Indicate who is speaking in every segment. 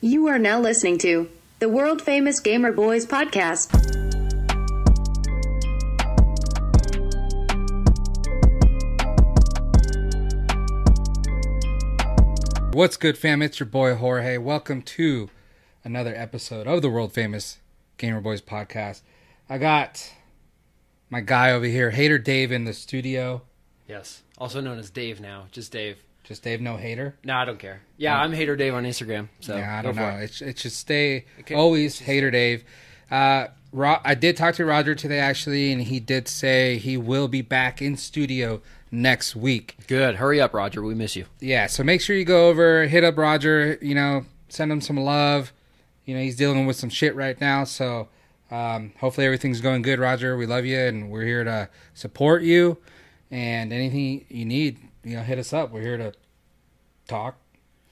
Speaker 1: You are now listening to the world famous Gamer Boys podcast.
Speaker 2: What's good, fam? It's your boy Jorge. Welcome to another episode of the world famous Gamer Boys podcast. I got my guy over here, Hater Dave, in the studio.
Speaker 3: Yes. Also known as Dave now. Just Dave.
Speaker 2: Just Dave, no hater.
Speaker 3: No, I don't care. Yeah, I'm Hater Dave on Instagram. So
Speaker 2: yeah, I
Speaker 3: go
Speaker 2: don't
Speaker 3: for
Speaker 2: know.
Speaker 3: it.
Speaker 2: It, sh- it should stay
Speaker 3: Okay.
Speaker 2: always Hater Dave. Uh, Ro- I did talk to Roger today, actually, and he did say he will be back in studio next week.
Speaker 3: Good. Hurry up, Roger. We miss you.
Speaker 2: yeah so make sure you go over hit up roger you know send him some love you know he's dealing with some shit right now so um, hopefully everything's going good roger we love you and we're here to support you and anything you need you know hit us up we're here to talk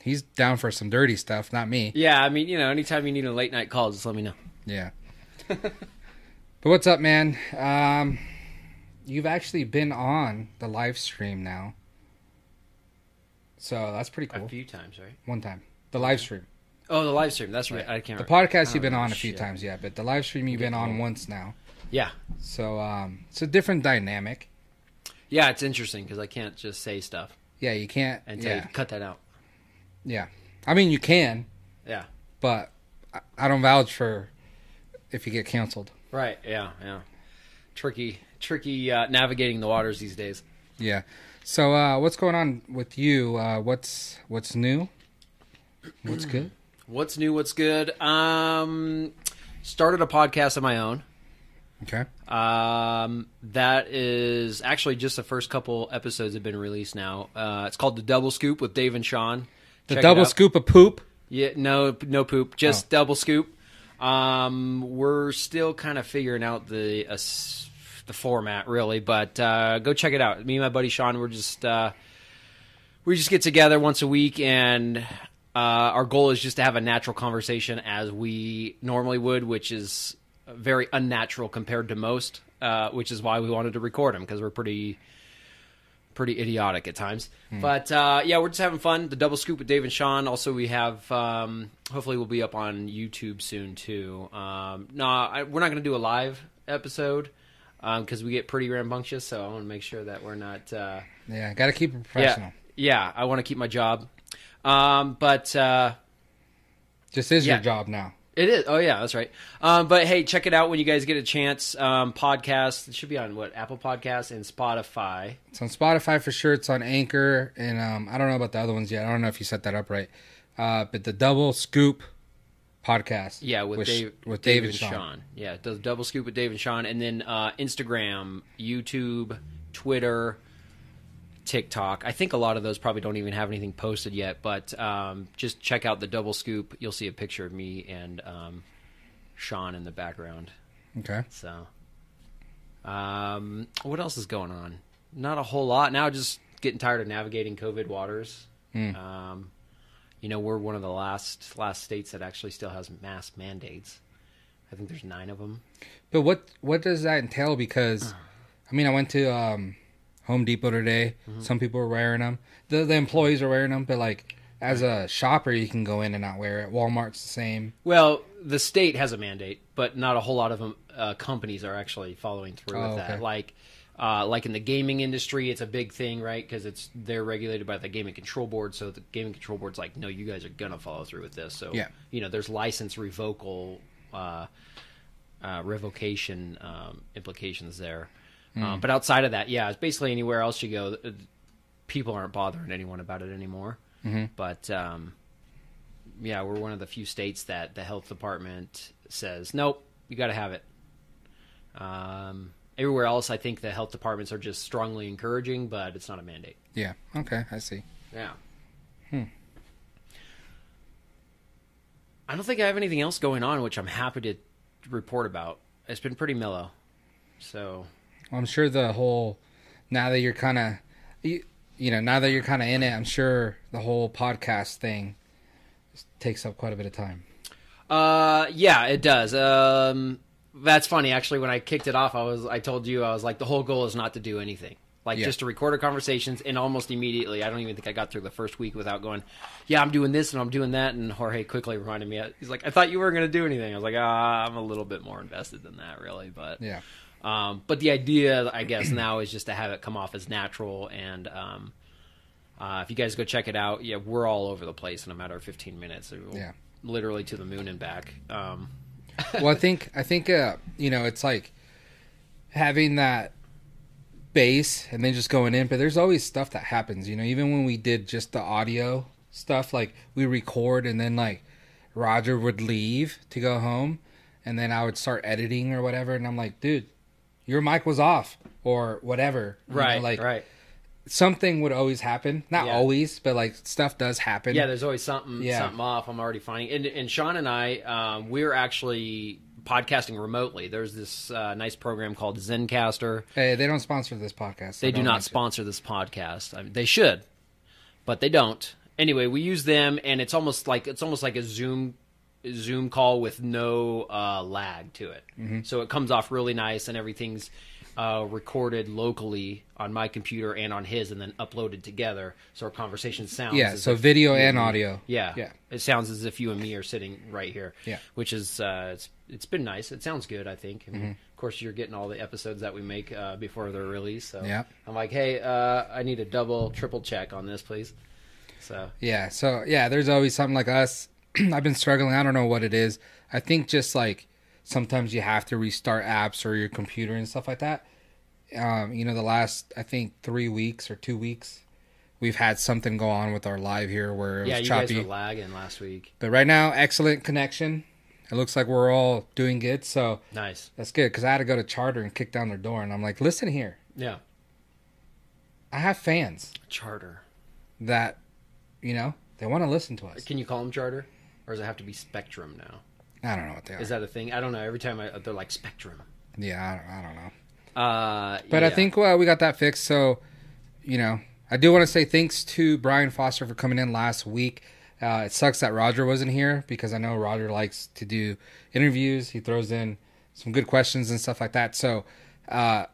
Speaker 2: he's down for some dirty stuff not me
Speaker 3: Yeah, I mean, you know, anytime you need a late night call, just let me know.
Speaker 2: yeah but what's up man um, you've actually been on the live stream now so that's pretty cool
Speaker 3: A few times, right?
Speaker 2: one time the live stream
Speaker 3: Oh, the live stream. That's right. I can't
Speaker 2: The
Speaker 3: remember.
Speaker 2: podcast you've been
Speaker 3: Oh,
Speaker 2: on a few
Speaker 3: shit.
Speaker 2: times, yeah, but the live stream you've been on once now.
Speaker 3: Yeah.
Speaker 2: So um, it's a different dynamic.
Speaker 3: Yeah, it's interesting because I can't just say stuff
Speaker 2: Yeah, you can't.
Speaker 3: and tell you
Speaker 2: yeah,
Speaker 3: to cut that out.
Speaker 2: yeah. I mean, you can,
Speaker 3: Yeah.
Speaker 2: but I- I don't vouch for if you get canceled.
Speaker 3: Right. Yeah. Yeah. Tricky, tricky uh, navigating the waters these days.
Speaker 2: Yeah. So uh, what's going on with you? Uh, what's what's new? What's good?
Speaker 3: What's new? What's good? Um, started a podcast of my own.
Speaker 2: Okay.
Speaker 3: Um, that is actually just the first couple episodes have been released now. Uh, it's called the Double Scoop with Dave and Sean.
Speaker 2: The
Speaker 3: Check it
Speaker 2: double
Speaker 3: out.
Speaker 2: scoop of poop.
Speaker 3: Yeah, no, no poop, just
Speaker 2: Oh.
Speaker 3: double scoop. Um, we're still kind of figuring out the uh, s- the format really, but uh, go check it out. Me and my buddy Sean, we're just uh, we just get together once a week, and uh, our goal is just to have a natural conversation as we normally would, which is very unnatural compared to most. Uh, which is why we wanted to record them because we're pretty pretty idiotic at times. But uh, yeah, we're just having fun. The double scoop with Dave and Sean. Also, we have um, hopefully we'll be up on YouTube soon too. Um, no, I, we're not going to do a live episode because we get pretty rambunctious. So I want to make sure that we're not. Uh,
Speaker 2: Yeah, got to keep it professional.
Speaker 3: yeah, yeah, I want to keep my job. Um, but uh,
Speaker 2: This is
Speaker 3: Yeah.
Speaker 2: your job now.
Speaker 3: it is. Oh yeah, that's right. Um, but hey, check it out when you guys get a chance. Um, podcast. It should be on what Apple Podcasts and Spotify.
Speaker 2: It's on Spotify for sure. It's on Anchor, and um, I don't know about the other ones yet. I don't know if you set that up right. Uh, but the Double Scoop podcast,
Speaker 3: Yeah, with,
Speaker 2: Sh-
Speaker 3: Dave,
Speaker 2: with
Speaker 3: Dave
Speaker 2: Dave and Sean.
Speaker 3: Yeah, it does double scoop with Dave and Sean, and then uh, Instagram, YouTube, Twitter, TikTok. I think a lot of those probably don't even have anything posted yet, but um, just check out the double scoop. You'll see a picture of me and um, Sean in the background.
Speaker 2: Okay,
Speaker 3: So, um, what else is going on? Not a whole lot now. Just getting tired of navigating COVID waters.
Speaker 2: Hmm.
Speaker 3: Um, you know, we're one of the last last states that actually still has mask mandates. I think there's nine of them.
Speaker 2: but what what does that entail? Because I mean, I went to um, Home Depot today.
Speaker 3: Mm-hmm.
Speaker 2: Some people are wearing them. The the employees are wearing them, but like as a shopper, you can go in and not wear it. Walmart's the same.
Speaker 3: Well, the state has a mandate, but not a whole lot of um, uh, companies are actually following through
Speaker 2: Oh,
Speaker 3: with
Speaker 2: okay.
Speaker 3: that. Like, uh, like in the gaming industry, it's a big thing, right? Because it's they're regulated by the gaming control board. So the gaming control board's like, no, you guys are gonna follow through with this. So
Speaker 2: Yeah.
Speaker 3: you know, there's license revocal, uh, uh, revocation um, implications there. Um, but outside of that, yeah, it's basically anywhere else you go, uh, people aren't bothering anyone about it anymore. But um, yeah, we're one of the few states that the health department says, nope, you got to have it. Um, everywhere else, I think the health departments are just strongly encouraging, but it's not a mandate.
Speaker 2: Yeah. Okay, I see.
Speaker 3: Yeah. Hmm. I don't think I have anything else going on, which I'm happy to report about. It's been pretty mellow. So,
Speaker 2: I'm sure the whole now that you're kind of you, you know now that you're kind of in it, I'm sure the whole podcast thing takes up quite a bit of time.
Speaker 3: Uh, yeah, it does. Um, that's funny. Actually, when I kicked it off, I was I told you I was like the whole goal is not to do anything. like
Speaker 2: Yeah.
Speaker 3: just to record our conversations. And almost immediately, I don't even think I got through the first week without going, "Yeah, I'm doing this and I'm doing that." And Jorge quickly reminded me, he's like, "I thought you weren't going to do anything." I was like, "Ah, I'm a little bit more invested than that, really." But
Speaker 2: Yeah.
Speaker 3: um, but the idea, I guess, now is just to have it come off as natural. And um, uh, if you guys go check it out, yeah, we're all over the place in a matter of 15 minutes.
Speaker 2: Yeah.
Speaker 3: Literally to the moon and back. Um,
Speaker 2: well, I think I think uh, you know it's like having that base and then just going in. But there's always stuff that happens. You know, even when we did just the audio stuff, like we record and then like Roger would leave to go home, and then I would start editing or whatever, and I'm like, dude, your mic was off or whatever. you know,
Speaker 3: right,
Speaker 2: like
Speaker 3: right.
Speaker 2: something would always happen. Not
Speaker 3: Yeah.
Speaker 2: always, but like stuff does happen.
Speaker 3: Yeah, there's always something
Speaker 2: Yeah.
Speaker 3: something off. I'm already finding. And, and Sean and I, um, we're actually podcasting remotely. There's this uh, nice program called ZenCaster.
Speaker 2: Hey, they don't sponsor this podcast. so
Speaker 3: They do
Speaker 2: don't
Speaker 3: not
Speaker 2: mention-
Speaker 3: sponsor this podcast. I mean, they should, but they don't. Anyway, we use them, and it's almost like it's almost like a Zoom Zoom call with no uh, lag to it.
Speaker 2: Mm-hmm.
Speaker 3: So it comes off really nice, and everything's uh, recorded locally on my computer and on his, and then uploaded together. So our conversation sounds
Speaker 2: Yeah,
Speaker 3: as
Speaker 2: so video and audio.
Speaker 3: yeah.
Speaker 2: Yeah.
Speaker 3: It sounds as if you and me are sitting right here.
Speaker 2: Yeah.
Speaker 3: Which is uh it's it's been nice. It sounds good, I think. And
Speaker 2: Mm-hmm.
Speaker 3: of course you're getting all the episodes that we make uh before they're released. So
Speaker 2: Yeah.
Speaker 3: I'm like, hey, uh I need a double triple check on this, please. So
Speaker 2: Yeah. So yeah, there's always something like us. I've been struggling. I don't know what it is. I think just like sometimes you have to restart apps or your computer and stuff like that. Um, you know, the last I think three weeks or two weeks, we've had something go on with our live here where it
Speaker 3: yeah,
Speaker 2: was
Speaker 3: you
Speaker 2: choppy.
Speaker 3: guys were lagging last week.
Speaker 2: but right now, excellent connection. It looks like we're all doing good. So
Speaker 3: Nice.
Speaker 2: that's good because I had to go to Charter and kick down their door, and I'm like, listen here,
Speaker 3: Yeah.
Speaker 2: I have fans
Speaker 3: Charter.
Speaker 2: that, you know, they want to listen to us.
Speaker 3: Can you call them charter? Or does it have to be Spectrum now?
Speaker 2: I don't know what they are.
Speaker 3: Is that a thing? I don't know. Every time I, they're like Spectrum.
Speaker 2: yeah, I, I don't know.
Speaker 3: Uh,
Speaker 2: But I
Speaker 3: yeah.
Speaker 2: think well, we got that fixed. So, you know, I do want to say thanks to Brian Foster for coming in last week. Uh, it sucks that Roger wasn't here because I know Roger likes to do interviews. He throws in some good questions and stuff like that. So, uh,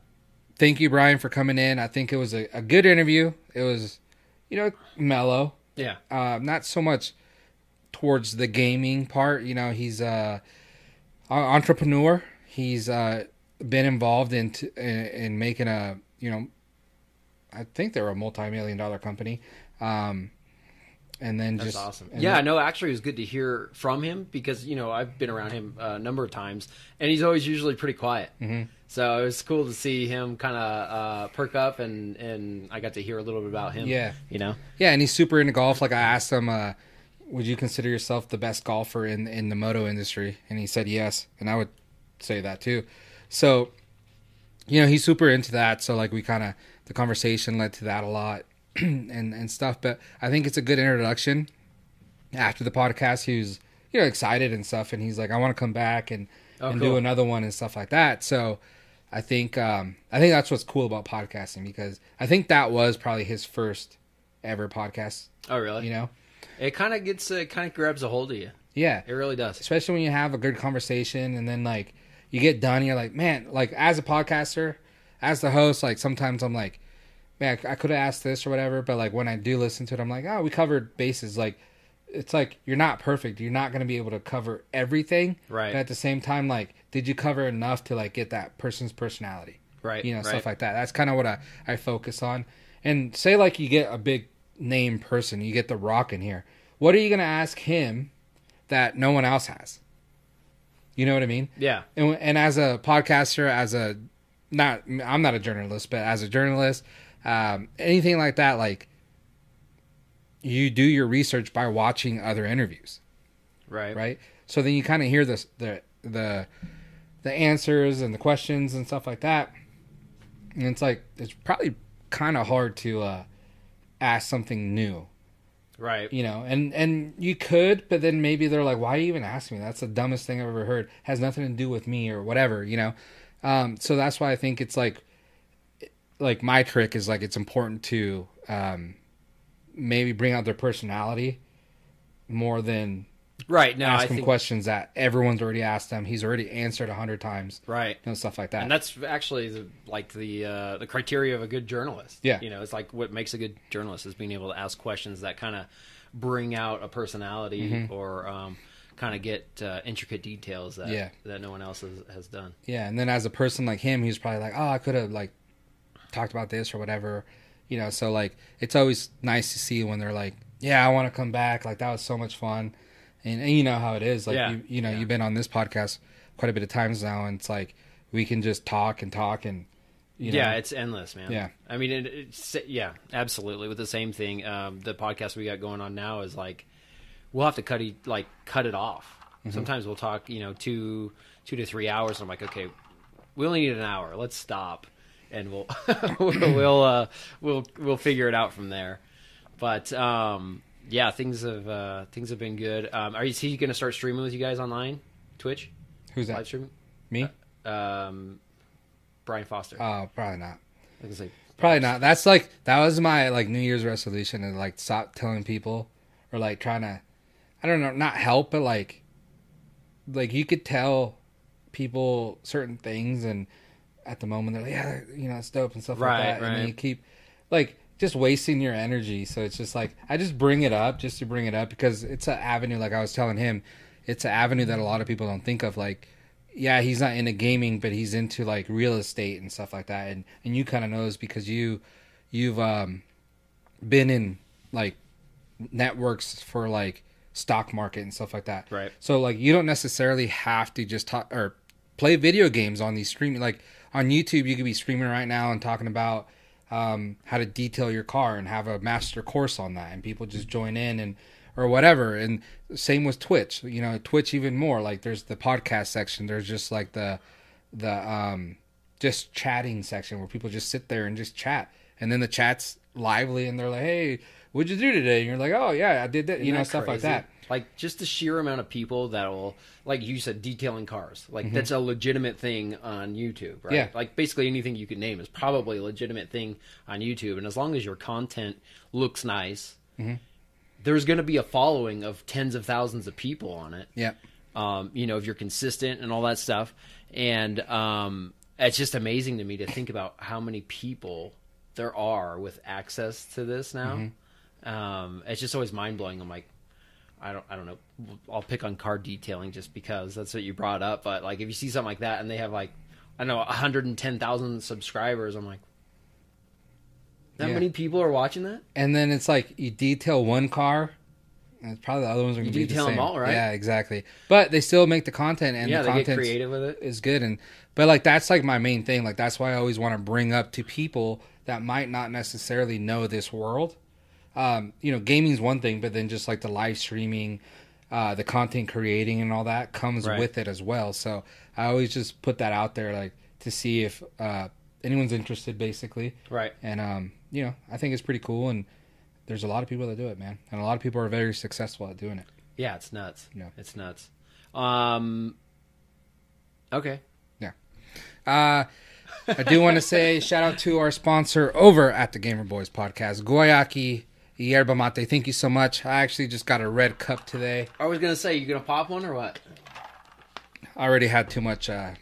Speaker 2: thank you, Brian, for coming in. I think it was a, a good interview. It was, you know, mellow
Speaker 3: yeah.
Speaker 2: uh, not so much towards the gaming part. You know, he's a a entrepreneur. He's uh, been involved in, t- in in making a you know, I think they're a multi million dollar company, um, and then
Speaker 3: That's
Speaker 2: just
Speaker 3: awesome.
Speaker 2: and
Speaker 3: Yeah,
Speaker 2: then-
Speaker 3: no, actually, it was good to hear from him because you know I've been around him uh, a number of times, and he's always usually pretty quiet. Mm-hmm. So it was cool to see him kind of uh, perk up, and and I got to hear a little bit about him.
Speaker 2: Yeah.
Speaker 3: you know,
Speaker 2: yeah, and he's super into golf. Like I asked him, uh, would you consider yourself the best golfer in in the moto industry? And he said yes, and I would say that too. So, you know, he's super into that. So like we kind of the conversation led to that a lot and and stuff. But I think it's a good introduction. After the podcast, he was you know excited and stuff, and he's like, I want to come back and
Speaker 3: Oh,
Speaker 2: and do
Speaker 3: cool.
Speaker 2: another one and stuff like that. So. I think um, I think that's what's cool about podcasting because I think that was probably his first ever podcast.
Speaker 3: oh really?
Speaker 2: You know,
Speaker 3: It kind of gets, it kind of grabs a hold of you.
Speaker 2: yeah,
Speaker 3: It really does.
Speaker 2: especially when you have a good conversation and then like you get done, and you're like, man, like as a podcaster, as the host, like sometimes I'm like, man, I could have asked this or whatever, but like when I do listen to it, I'm like, oh, we covered bases. Like it's like you're not perfect. You're not going to be able to cover everything,
Speaker 3: Right.
Speaker 2: But at the same time, like, did you cover enough to like get that person's personality?
Speaker 3: Right,
Speaker 2: you know
Speaker 3: right.
Speaker 2: stuff like that that's kind of what I, I focus on and say like you get a big name person you get the rock in here what are you going to ask him that no one else has you know what i mean
Speaker 3: Yeah,
Speaker 2: and, and as a podcaster as a not i'm not a journalist but as a journalist um, anything like that like you do your research by watching other interviews
Speaker 3: right,
Speaker 2: right? So then you kind of hear the the the the answers and the questions and stuff like that, and it's like it's probably kind of hard to uh, ask something new,
Speaker 3: right.
Speaker 2: you know. And and you could, but then maybe they're like, "Why are you even asking me? That's the dumbest thing I've ever heard. Has nothing to do with me or whatever," you know. Um, so that's why I think it's like like my trick is like it's important to um, maybe bring out their personality more than
Speaker 3: Right. No, I
Speaker 2: ask him
Speaker 3: think
Speaker 2: questions that everyone's already asked him. He's already answered a hundred times.
Speaker 3: right.
Speaker 2: You know, stuff like that.
Speaker 3: And that's actually the, like the uh, the criteria of a good journalist.
Speaker 2: Yeah.
Speaker 3: you know, it's like what makes a good journalist is being able to ask questions that kind of bring out a personality
Speaker 2: Mm-hmm.
Speaker 3: or um, kind of get uh, intricate details that
Speaker 2: Yeah.
Speaker 3: that no one else has, has done.
Speaker 2: Yeah, and then as a person like him, he's probably like, "Oh, I could have like talked about this or whatever," you know. So like, it's always nice to see when they're like, "Yeah, I want to come back. Like that was so much fun," and, and you know how it is. Like
Speaker 3: Yeah,
Speaker 2: you, you know,
Speaker 3: yeah.
Speaker 2: you've been on this podcast quite a bit of times now, and it's like we can just talk and talk and you know,
Speaker 3: yeah, it's endless, man.
Speaker 2: Yeah.
Speaker 3: I mean, it, it's yeah, absolutely. With the same thing, um, the podcast we got going on now is like we'll have to cut e- like cut it off.
Speaker 2: Mm-hmm.
Speaker 3: Sometimes we'll talk, you know, two two to three hours, and I'm like, okay, we only need an hour. Let's stop, and we'll we'll uh, we'll we'll figure it out from there. But um, yeah, things have uh, things have been good. Um, are you is he going to start streaming with you guys online, Twitch
Speaker 2: who's
Speaker 3: live
Speaker 2: that?
Speaker 3: streaming?
Speaker 2: Me?
Speaker 3: Um, Brian Foster.
Speaker 2: Oh, probably not.
Speaker 3: I was like,
Speaker 2: Probably not. That's like that was my like New Year's resolution to like stop telling people or like trying to I don't know, not help, but like like you could tell people certain things and at the moment they're like, Yeah, you know, it's dope and stuff
Speaker 3: Right,
Speaker 2: like that. And
Speaker 3: right.
Speaker 2: then you keep like just wasting your energy. So it's just like I just bring it up just to bring it up because it's an avenue like I was telling him, it's an avenue that a lot of people don't think of like yeah, he's not into gaming, but he's into like real estate and stuff like that. And and you kind of knows because you you've um been in like networks for like stock market and stuff like that.
Speaker 3: Right.
Speaker 2: So like you don't necessarily have to just talk or play video games on these streaming like on YouTube you could be streaming right now and talking about um, how to detail your car and have a master course on that and people just join in and or whatever and same with Twitch you know Twitch even more like there's the podcast section there's just like the the um just chatting section where people just sit there and just chat and then the chat's lively and they're like hey what'd you do today and you're like oh yeah I did that you know
Speaker 3: Isn't that
Speaker 2: stuff like
Speaker 3: crazy?
Speaker 2: that
Speaker 3: Like just the sheer amount of people that will, like you said, detailing cars. Like that's a legitimate thing on YouTube, right?
Speaker 2: Yeah.
Speaker 3: Like basically anything you can name is probably a legitimate thing on YouTube, and as long as your content looks nice, there's going to be a following of tens of thousands of people on it.
Speaker 2: yeah
Speaker 3: Um, you know, if you're consistent and all that stuff, and um, it's just amazing to me to think about how many people there are with access to this now.
Speaker 2: Mm-hmm.
Speaker 3: Um, it's just always mind blowing. I'm like, I don't, I don't know. I'll pick on car detailing just because that's what you brought up. But like, if you see something like that and they have like, I don't know, 110,000 subscribers, I'm like, that
Speaker 2: Yeah.
Speaker 3: many people are watching that?
Speaker 2: and then it's like you detail one car and probably the other ones are gonna
Speaker 3: You
Speaker 2: be
Speaker 3: detail
Speaker 2: the
Speaker 3: 'em
Speaker 2: same.
Speaker 3: all, right?
Speaker 2: yeah exactly but they still make the content and
Speaker 3: yeah,
Speaker 2: the
Speaker 3: they get
Speaker 2: content
Speaker 3: creative with it.
Speaker 2: is good and but like that's like my main thing like that's why i always want to bring up to people that might not necessarily know this world um you know gaming's one thing but then just like the live streaming uh the content creating and all that comes
Speaker 3: Right.
Speaker 2: with it as well so i always just put that out there like to see if uh anyone's interested basically
Speaker 3: Right.
Speaker 2: and um you know i think it's pretty cool and there's a lot of people that do it man and a lot of people are very successful at doing it
Speaker 3: Yeah, it's nuts.
Speaker 2: Yeah.
Speaker 3: It's nuts. Um, okay.
Speaker 2: Uh, I do want to say shout out to our sponsor over at the Gamer Boys Podcast, Goyaki Yerba Mate. Thank you so much. I actually just got a red cup today.
Speaker 3: I was gonna say, you gonna pop one or what?
Speaker 2: I already had too much. Uh,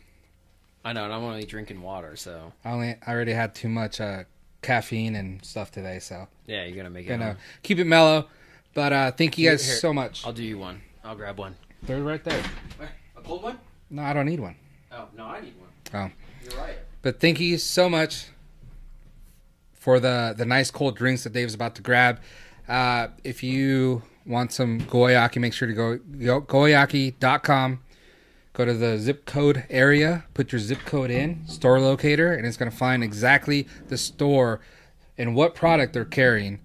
Speaker 3: I know, and I'm only drinking water, so
Speaker 2: I only I already had too much uh, caffeine and stuff today, so
Speaker 3: yeah, you're gonna make it.
Speaker 2: gonna
Speaker 3: home.
Speaker 2: keep it mellow. But uh, thank you
Speaker 3: Here-
Speaker 2: guys
Speaker 3: here.
Speaker 2: so much.
Speaker 3: I'll do you one. I'll grab one.
Speaker 2: They're right there.
Speaker 3: Where? A cold one?
Speaker 2: No, I don't need one.
Speaker 3: Oh no, I need one.
Speaker 2: Oh.
Speaker 3: You're right.
Speaker 2: But thank you so much for the the nice cold drinks that Dave's about to grab. Uh, if you want some goyaki, make sure to go, go goyaki.com. Go to the zip code area, put your zip code in, store locator, and it's going to find exactly the store and what product they're carrying.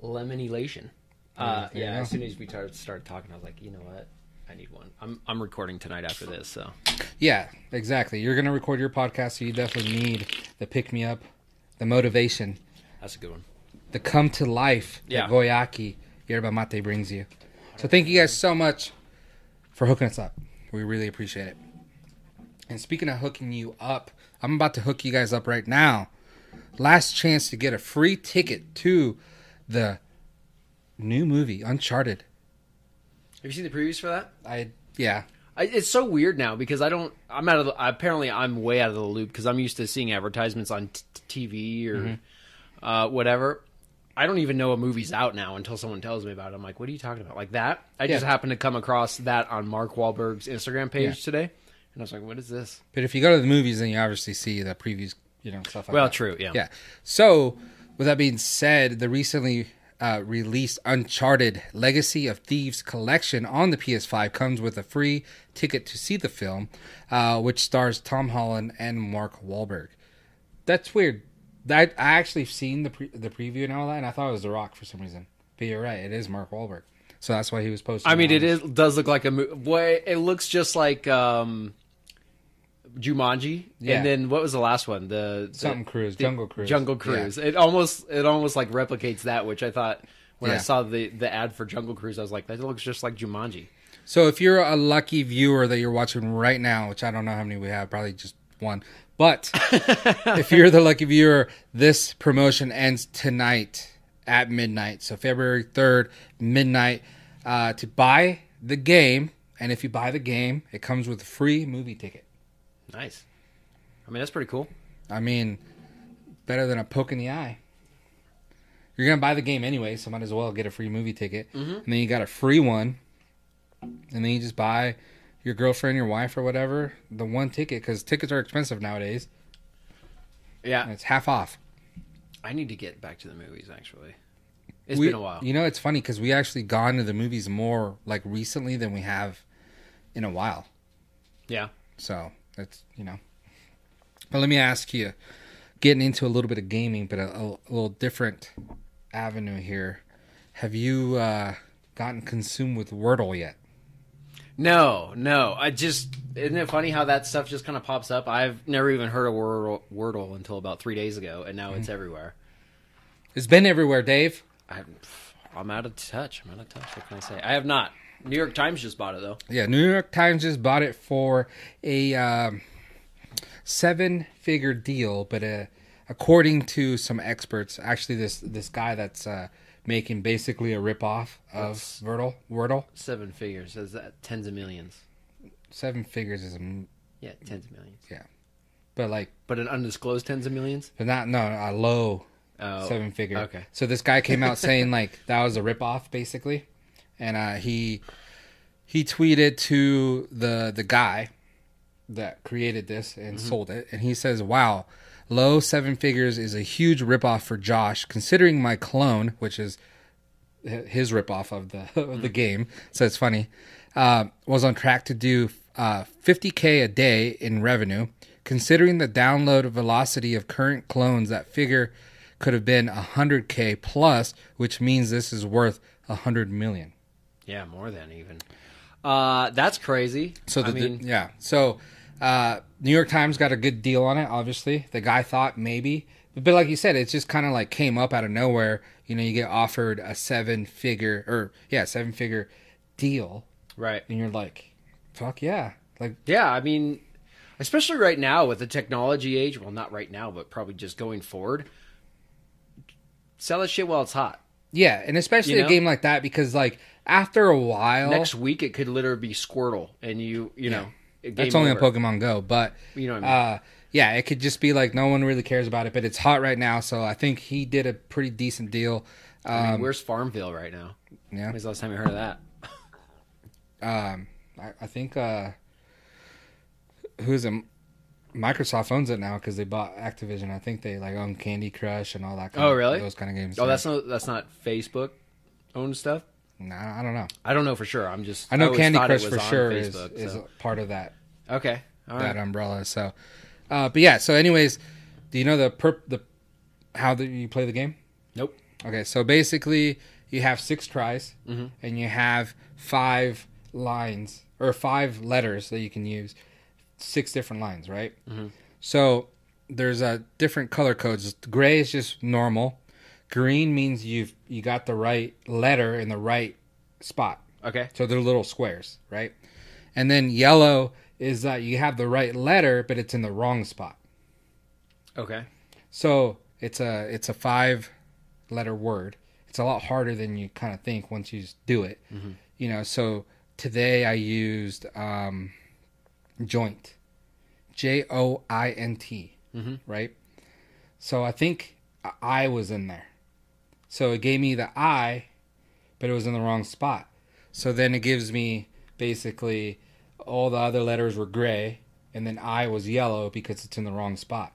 Speaker 3: Lemon elation. Uh,
Speaker 2: there you
Speaker 3: yeah.
Speaker 2: go.
Speaker 3: As soon as we started started talking, I was like, you know what? I need one. I'm I'm recording tonight after this, so
Speaker 2: Yeah, exactly. You're going to record your podcast, so you definitely need the pick me up, the motivation,
Speaker 3: that's a good one.
Speaker 2: the come to life
Speaker 3: Yeah.
Speaker 2: that Goyaki Yerba Mate brings you. So thank you guys so much for hooking us up. We really appreciate it. And speaking of hooking you up, I'm about to hook you guys up right now. Last chance to get a free ticket to the new movie Uncharted
Speaker 3: you seen the previews for that?
Speaker 2: I yeah.
Speaker 3: I, it's so weird now because I don't. I'm out of. The, apparently, I'm way out of the loop because I'm used to seeing advertisements on t- t- TV or uh, whatever. I don't even know a movie's out now until someone tells me about it. I'm like, what are you talking about? Like that? I just
Speaker 2: Yeah.
Speaker 3: happened to come across that on Mark Wahlberg's Instagram page today, and I was like, what is this?
Speaker 2: But if you go to the movies, then you obviously see the previews, you know, stuff like
Speaker 3: Well,
Speaker 2: that.
Speaker 3: true, yeah.
Speaker 2: Yeah. So, with that being said, the recently uh, released Uncharted Legacy of Thieves collection on the PS5 comes with a free ticket to see the film, uh, which stars Tom Holland and Mark Wahlberg. That's weird. That I actually seen the pre- the preview and all that, and I thought it was The Rock for some reason. But you're right, it is Mark Wahlberg. So that's why he was posted.
Speaker 3: I mean,
Speaker 2: on
Speaker 3: it is does look like a movie. It looks just like um, Jumanji,
Speaker 2: Yeah.
Speaker 3: and then what was the last one? The, the-
Speaker 2: Something Cruise,
Speaker 3: the-
Speaker 2: Jungle Cruise.
Speaker 3: Jungle
Speaker 2: Yeah.
Speaker 3: Cruise. It almost it almost like replicates that, which I thought when I
Speaker 2: Yeah.
Speaker 3: saw the the ad for Jungle Cruise, I was like, that looks just like Jumanji.
Speaker 2: So if you're a lucky viewer that you're watching right now, which I don't know how many we have, probably just one. But if you're the lucky viewer, this promotion ends tonight at midnight. So February 3rd, midnight, uh, to buy the game. And if you buy the game, it comes with a free movie ticket.
Speaker 3: Nice. I mean, that's pretty cool.
Speaker 2: I mean, better than a poke in the eye. You're gonna buy the game anyway, so might as well get a free movie ticket.
Speaker 3: Mm-hmm.
Speaker 2: And then you got a free one, and then you just buy your girlfriend, your wife, or whatever the one ticket because tickets are expensive nowadays. And
Speaker 3: Yeah,
Speaker 2: it's half off.
Speaker 3: I need to get back to the movies. Actually, it's
Speaker 2: we,
Speaker 3: been a while.
Speaker 2: You know, it's funny because we actually gone to the movies more like recently than we have in a while.
Speaker 3: yeah.
Speaker 2: So that's you know. But let me ask you, getting into a little bit of gaming, but a, a little different avenue here. Have you uh, gotten consumed with Wordle yet?
Speaker 3: No, no. I just isn't it funny how that stuff just kind of pops up? I've never even heard of Wordle, Wordle until about three days ago, and now it's
Speaker 2: Mm-hmm.
Speaker 3: everywhere.
Speaker 2: It's been everywhere, Dave.
Speaker 3: I'm, I'm out of touch. I'm out of touch. What can I say? I have not. New York Times just bought it though.
Speaker 2: Yeah, New York Times just bought it for a um, seven-figure deal, but uh, according to some experts, actually this this guy that's uh, making basically a ripoff of
Speaker 3: That's-
Speaker 2: Wordle, Wordle,
Speaker 3: Seven figures. Is that tens of millions?
Speaker 2: seven figures is a m-
Speaker 3: Yeah, tens of millions.
Speaker 2: but like
Speaker 3: But an undisclosed tens of millions.
Speaker 2: but not no a low
Speaker 3: Oh,
Speaker 2: seven figure.
Speaker 3: okay.
Speaker 2: So this guy came out saying like that was a ripoff, basically, and uh, he he tweeted to the the guy that created this and
Speaker 3: Mm-hmm.
Speaker 2: sold it, and he says, "Wow, low seven figures is a huge ripoff for Josh, considering my clone, which is hi- his ripoff of the of the
Speaker 3: Hmm.
Speaker 2: game." So it's funny. Uh, was on track to do uh, 50k a day in revenue, considering the download velocity of current clones. That figure could have been 100k plus, which means this is worth 100 million.
Speaker 3: Yeah, more than even. Uh, that's crazy.
Speaker 2: So the,
Speaker 3: I mean,
Speaker 2: yeah. So uh, New York Times got a good deal on it. Obviously, the guy thought maybe, but, but like you said, it just kind of like came up out of nowhere. You know, you get offered a seven figure or yeah, seven figure deal,
Speaker 3: right.
Speaker 2: and you're like, fuck yeah, like
Speaker 3: Yeah, I mean, especially right now with the technology age. Well, not right now, but probably just going forward. Sell that shit while it's hot.
Speaker 2: yeah, and especially
Speaker 3: You know?
Speaker 2: a game like that because like after a while,
Speaker 3: Next week, it could literally be Squirtle, and you, you know, game
Speaker 2: that's only
Speaker 3: over. Mm-hmm.
Speaker 2: on Pokemon Go, but
Speaker 3: You know what I mean?
Speaker 2: uh, yeah, it could just be like no one really cares about it, but it's hot right now, so I think he did a pretty decent deal.
Speaker 3: I mean,
Speaker 2: Um,
Speaker 3: where's Farmville right now?
Speaker 2: yeah.
Speaker 3: When's the last time you heard of that?
Speaker 2: um, I, I think uh, who's it? Microsoft owns it now because they bought Activision. I think they like own Candy Crush and all that. Kind
Speaker 3: Oh,
Speaker 2: of,
Speaker 3: really?
Speaker 2: Those kind of games.
Speaker 3: Oh, that's not that's not Facebook owned stuff.
Speaker 2: nah, I don't know.
Speaker 3: I don't know for sure. I'm just
Speaker 2: I know
Speaker 3: always
Speaker 2: Candy
Speaker 3: thought it
Speaker 2: Crush
Speaker 3: was
Speaker 2: for
Speaker 3: on
Speaker 2: sure
Speaker 3: Facebook,
Speaker 2: is,
Speaker 3: so.
Speaker 2: is part of that
Speaker 3: okay. All
Speaker 2: that
Speaker 3: right.
Speaker 2: umbrella. So, uh, but yeah. So, anyways, do you know the perp the how the, you play the game?
Speaker 3: Nope.
Speaker 2: Okay, so basically you have six tries and you have five lines or five letters that you can use, six different lines, right? So there's a different color codes. Gray is just normal. Green means you've you got the right letter in the right spot.
Speaker 3: Okay.
Speaker 2: So they're little squares, right? And then yellow is that you have the right letter but it's in the wrong spot.
Speaker 3: Okay.
Speaker 2: So it's a it's a five letter word. It's a lot harder than you kind of think once you s- do it. you know, so today I used um, joint, J O I N T, right? So I think a I was in there. So it gave me the I, but it was in the wrong spot. So then it gives me basically all the other letters were gray, and then I was yellow because it's in the wrong spot.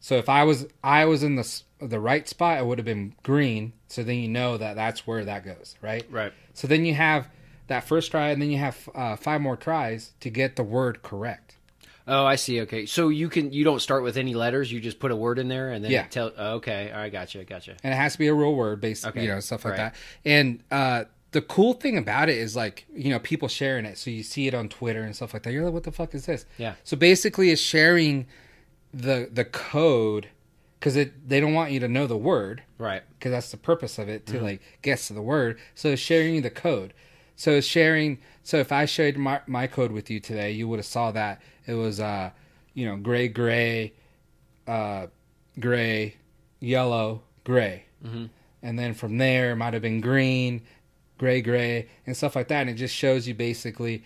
Speaker 2: So if I was I was in the s- the right spot, it would have been green. So then you know that that's where that goes, right?
Speaker 3: Right.
Speaker 2: So then you have that first try, and then you have uh, five more tries to get the word correct.
Speaker 3: Oh, I see. Okay, so you can you don't start with any letters. You just put a word in there and then
Speaker 2: Yeah.
Speaker 3: tell. oh, Okay, I gotcha, gotcha.
Speaker 2: and it has to be a real word based
Speaker 3: Okay,
Speaker 2: you know stuff like
Speaker 3: right.
Speaker 2: that and uh the cool thing about it is like you know people sharing it so you see it on twitter and stuff like that you're like what the fuck is this
Speaker 3: Yeah.
Speaker 2: so basically it's sharing the the code because it they don't want you to know the word
Speaker 3: Right.
Speaker 2: because that's the purpose of it to
Speaker 3: Mm-hmm.
Speaker 2: like guess the word. So it's sharing you the code. So it's sharing. So if I shared my, my code with you today, you would have saw that it was uh you know gray gray, uh gray, yellow gray,
Speaker 3: Mm-hmm.
Speaker 2: and then from there it might have been green, gray gray and stuff like that. And it just shows you basically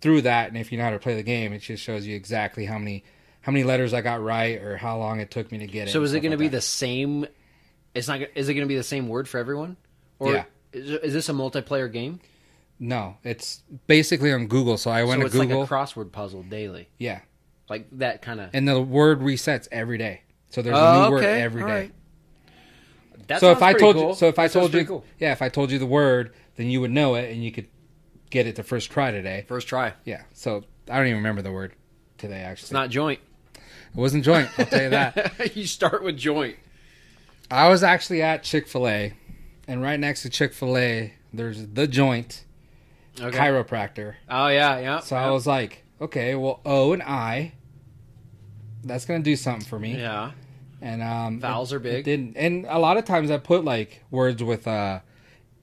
Speaker 2: through that. And if you know how to play the game, it just shows you exactly how many. How many letters I got right, or how long it took me to get it?
Speaker 3: So
Speaker 2: and
Speaker 3: is it
Speaker 2: stuff
Speaker 3: going
Speaker 2: like
Speaker 3: to be
Speaker 2: that.
Speaker 3: the same? It's not. Is it going to be the same word for everyone? Or
Speaker 2: Yeah.
Speaker 3: is, is this a multiplayer game?
Speaker 2: No, it's basically on Google. So I went
Speaker 3: so
Speaker 2: to
Speaker 3: it's
Speaker 2: Google.
Speaker 3: like a crossword puzzle daily,
Speaker 2: yeah,
Speaker 3: like that kind of.
Speaker 2: and the word resets every day. So there's a
Speaker 3: Oh,
Speaker 2: new word every day. So if I told you, so if I told you, yeah, if I told you the word, then you would know it, and you could get it the first try today.
Speaker 3: first try,
Speaker 2: Yeah. So I don't even remember the word today. Actually,
Speaker 3: it's not joint.
Speaker 2: it wasn't joint. I'll tell you that.
Speaker 3: you start with joint.
Speaker 2: I was actually at Chick Fil A, and right next to Chick Fil A, there's the Joint
Speaker 3: Okay.
Speaker 2: chiropractor.
Speaker 3: Oh yeah, yeah.
Speaker 2: So
Speaker 3: yeah.
Speaker 2: I was like, okay, well, O and I, that's gonna do something for me.
Speaker 3: Yeah.
Speaker 2: and um,
Speaker 3: Vowels
Speaker 2: it-
Speaker 3: are big.
Speaker 2: it didn't and a lot of times I put like words with uh,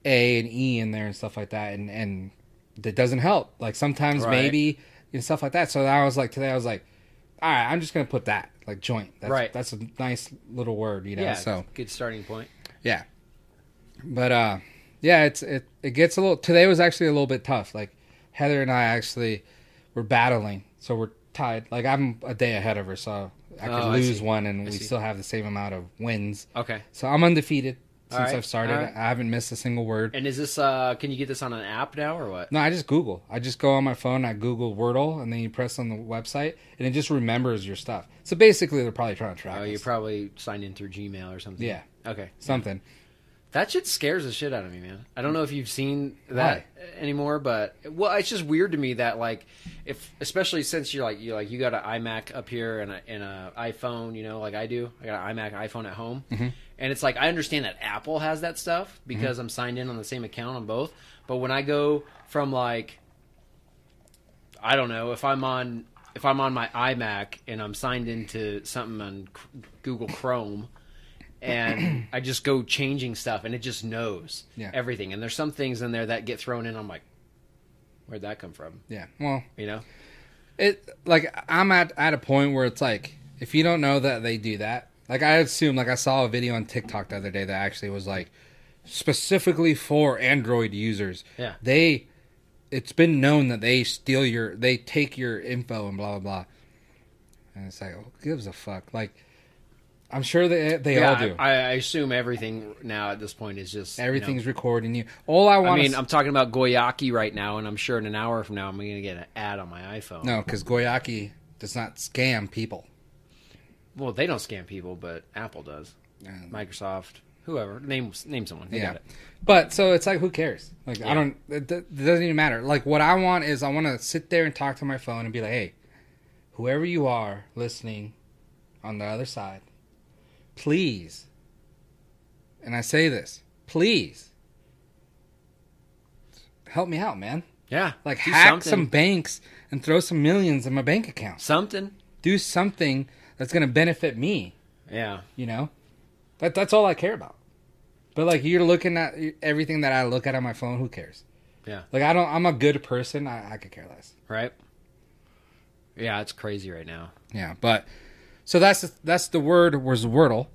Speaker 2: a and e in there and stuff like that, and and that doesn't help. Like sometimes
Speaker 3: Right.
Speaker 2: maybe and stuff like that. So I was like today, I was like, all right, I'm just gonna put that like joint. That's,
Speaker 3: Right.
Speaker 2: That's a nice little word, you know.
Speaker 3: Yeah.
Speaker 2: So
Speaker 3: good starting point.
Speaker 2: yeah, but uh, yeah, it's it it gets a little. Today was actually a little bit tough. Like Heather and I actually were battling, so we're tied. Like I'm a day ahead of her, so I could
Speaker 3: Oh, I
Speaker 2: lose
Speaker 3: see.
Speaker 2: one, and we
Speaker 3: see.
Speaker 2: still have the same amount of wins.
Speaker 3: Okay.
Speaker 2: So I'm undefeated since
Speaker 3: Alright,
Speaker 2: I've started.
Speaker 3: alright.
Speaker 2: I haven't missed a single word.
Speaker 3: And is this? uh Can you get this on an app now or what?
Speaker 2: No, I just Google. I just go on my phone. I Google Wordle, and then you press on the website, and it just remembers your stuff. So basically, they're probably trying to track
Speaker 3: Oh, you
Speaker 2: us.
Speaker 3: probably signed in through Gmail or something.
Speaker 2: Yeah.
Speaker 3: Okay.
Speaker 2: something.
Speaker 3: That shit scares the shit out of me, man. I don't know if you've seen that anymore, but well, it's just weird to me that like, if especially since you're like you like you got an iMac up here and a and a iPhone, you know, like I do. I got an iMac, iPhone at home, and it's like I understand that Apple has that stuff because I'm signed in on the same account on both. But when I go from like I don't know if I'm on if I'm on my iMac and I'm signed into something on C- Google Chrome, and I just go changing stuff, and it just knows
Speaker 2: Yeah.
Speaker 3: everything. And there's some things in there that get thrown in. I'm like, where'd that come from?
Speaker 2: Yeah. Well,
Speaker 3: You know?
Speaker 2: it like I'm at at a point where it's like if you don't know that they do that, like I assume like I saw a video on TikTok the other day that actually was like specifically for Android users.
Speaker 3: Yeah.
Speaker 2: They it's been known that they steal your they take your info and blah blah blah. And it's like, who gives a fuck? Like I'm sure they they all
Speaker 3: I-
Speaker 2: do.
Speaker 3: I, I assume everything now at this point is just you know-
Speaker 2: Everything's recording you. All I
Speaker 3: I
Speaker 2: want
Speaker 3: mean, I'm talking about Goyaki right now, and I'm sure in an hour from now I'm going to get an ad on my iPhone.
Speaker 2: no, cuz Goyaki does not scam people.
Speaker 3: Well, they don't scam people, but Apple does. Microsoft, whoever, name name someone. They
Speaker 2: yeah.
Speaker 3: got it.
Speaker 2: But so it's like, who cares? Like, I don't, it, it doesn't even matter. Like, what I want is I want to sit there and talk to my phone and be like, hey, whoever you are listening on the other side, please, and I say this, please help me out, man.
Speaker 3: Yeah,
Speaker 2: Like,
Speaker 3: do
Speaker 2: hack
Speaker 3: something.
Speaker 2: some banks and throw some millions in my bank account.
Speaker 3: something.
Speaker 2: Do something that's going to benefit me
Speaker 3: Yeah,
Speaker 2: you know that that's all i care about but like you're looking at everything that i look at on my phone who cares
Speaker 3: yeah,
Speaker 2: like i don't i'm a good person i, I could care less
Speaker 3: right. Yeah, it's crazy right now.
Speaker 2: yeah but so that's that's the word was wordle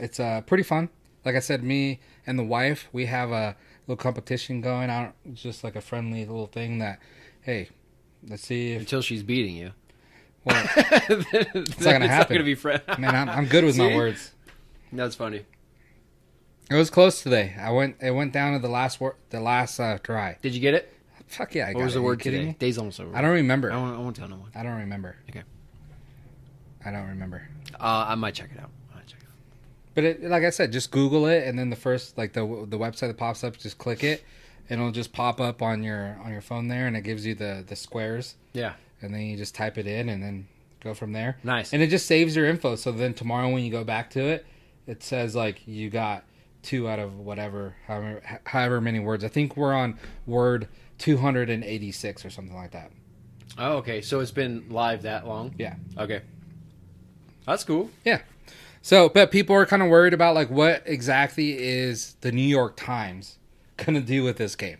Speaker 2: it's uh pretty fun like i said me and the wife we have a little competition going. I don't, it's just like a friendly little thing that, hey, let's see if
Speaker 3: until she's beating you.
Speaker 2: well,
Speaker 3: it's not gonna
Speaker 2: happen.
Speaker 3: be friend.
Speaker 2: man, I'm, I'm good with my
Speaker 3: See?
Speaker 2: words.
Speaker 3: That's funny.
Speaker 2: It was close today. I went. It went down to the last wor- the last uh, try.
Speaker 3: Did you get it?
Speaker 2: Fuck yeah! I
Speaker 3: What
Speaker 2: got it.
Speaker 3: was the
Speaker 2: Are you
Speaker 3: word
Speaker 2: kidding
Speaker 3: today?
Speaker 2: me?
Speaker 3: Day's almost over.
Speaker 2: I don't remember.
Speaker 3: I won't, I won't tell no one.
Speaker 2: I don't remember.
Speaker 3: Okay.
Speaker 2: I don't remember.
Speaker 3: Uh, I might check it out. I might check it out.
Speaker 2: But it, like I said, just Google it, and then the first like the the website that pops up, just click it, and it'll just pop up on your on your phone there, and it gives you the the squares,
Speaker 3: Yeah.
Speaker 2: and then you just type it in, and then go from there.
Speaker 3: Nice.
Speaker 2: And it just saves your info, so then tomorrow when you go back to it, it says like you got two out of whatever, however, however many words. I think we're on word two hundred and eighty six or something like that.
Speaker 3: Oh, okay. So it's been live that long?
Speaker 2: Yeah.
Speaker 3: Okay. That's cool.
Speaker 2: Yeah. So, but people are kind of worried about like what exactly is the New York Times going to do with this game?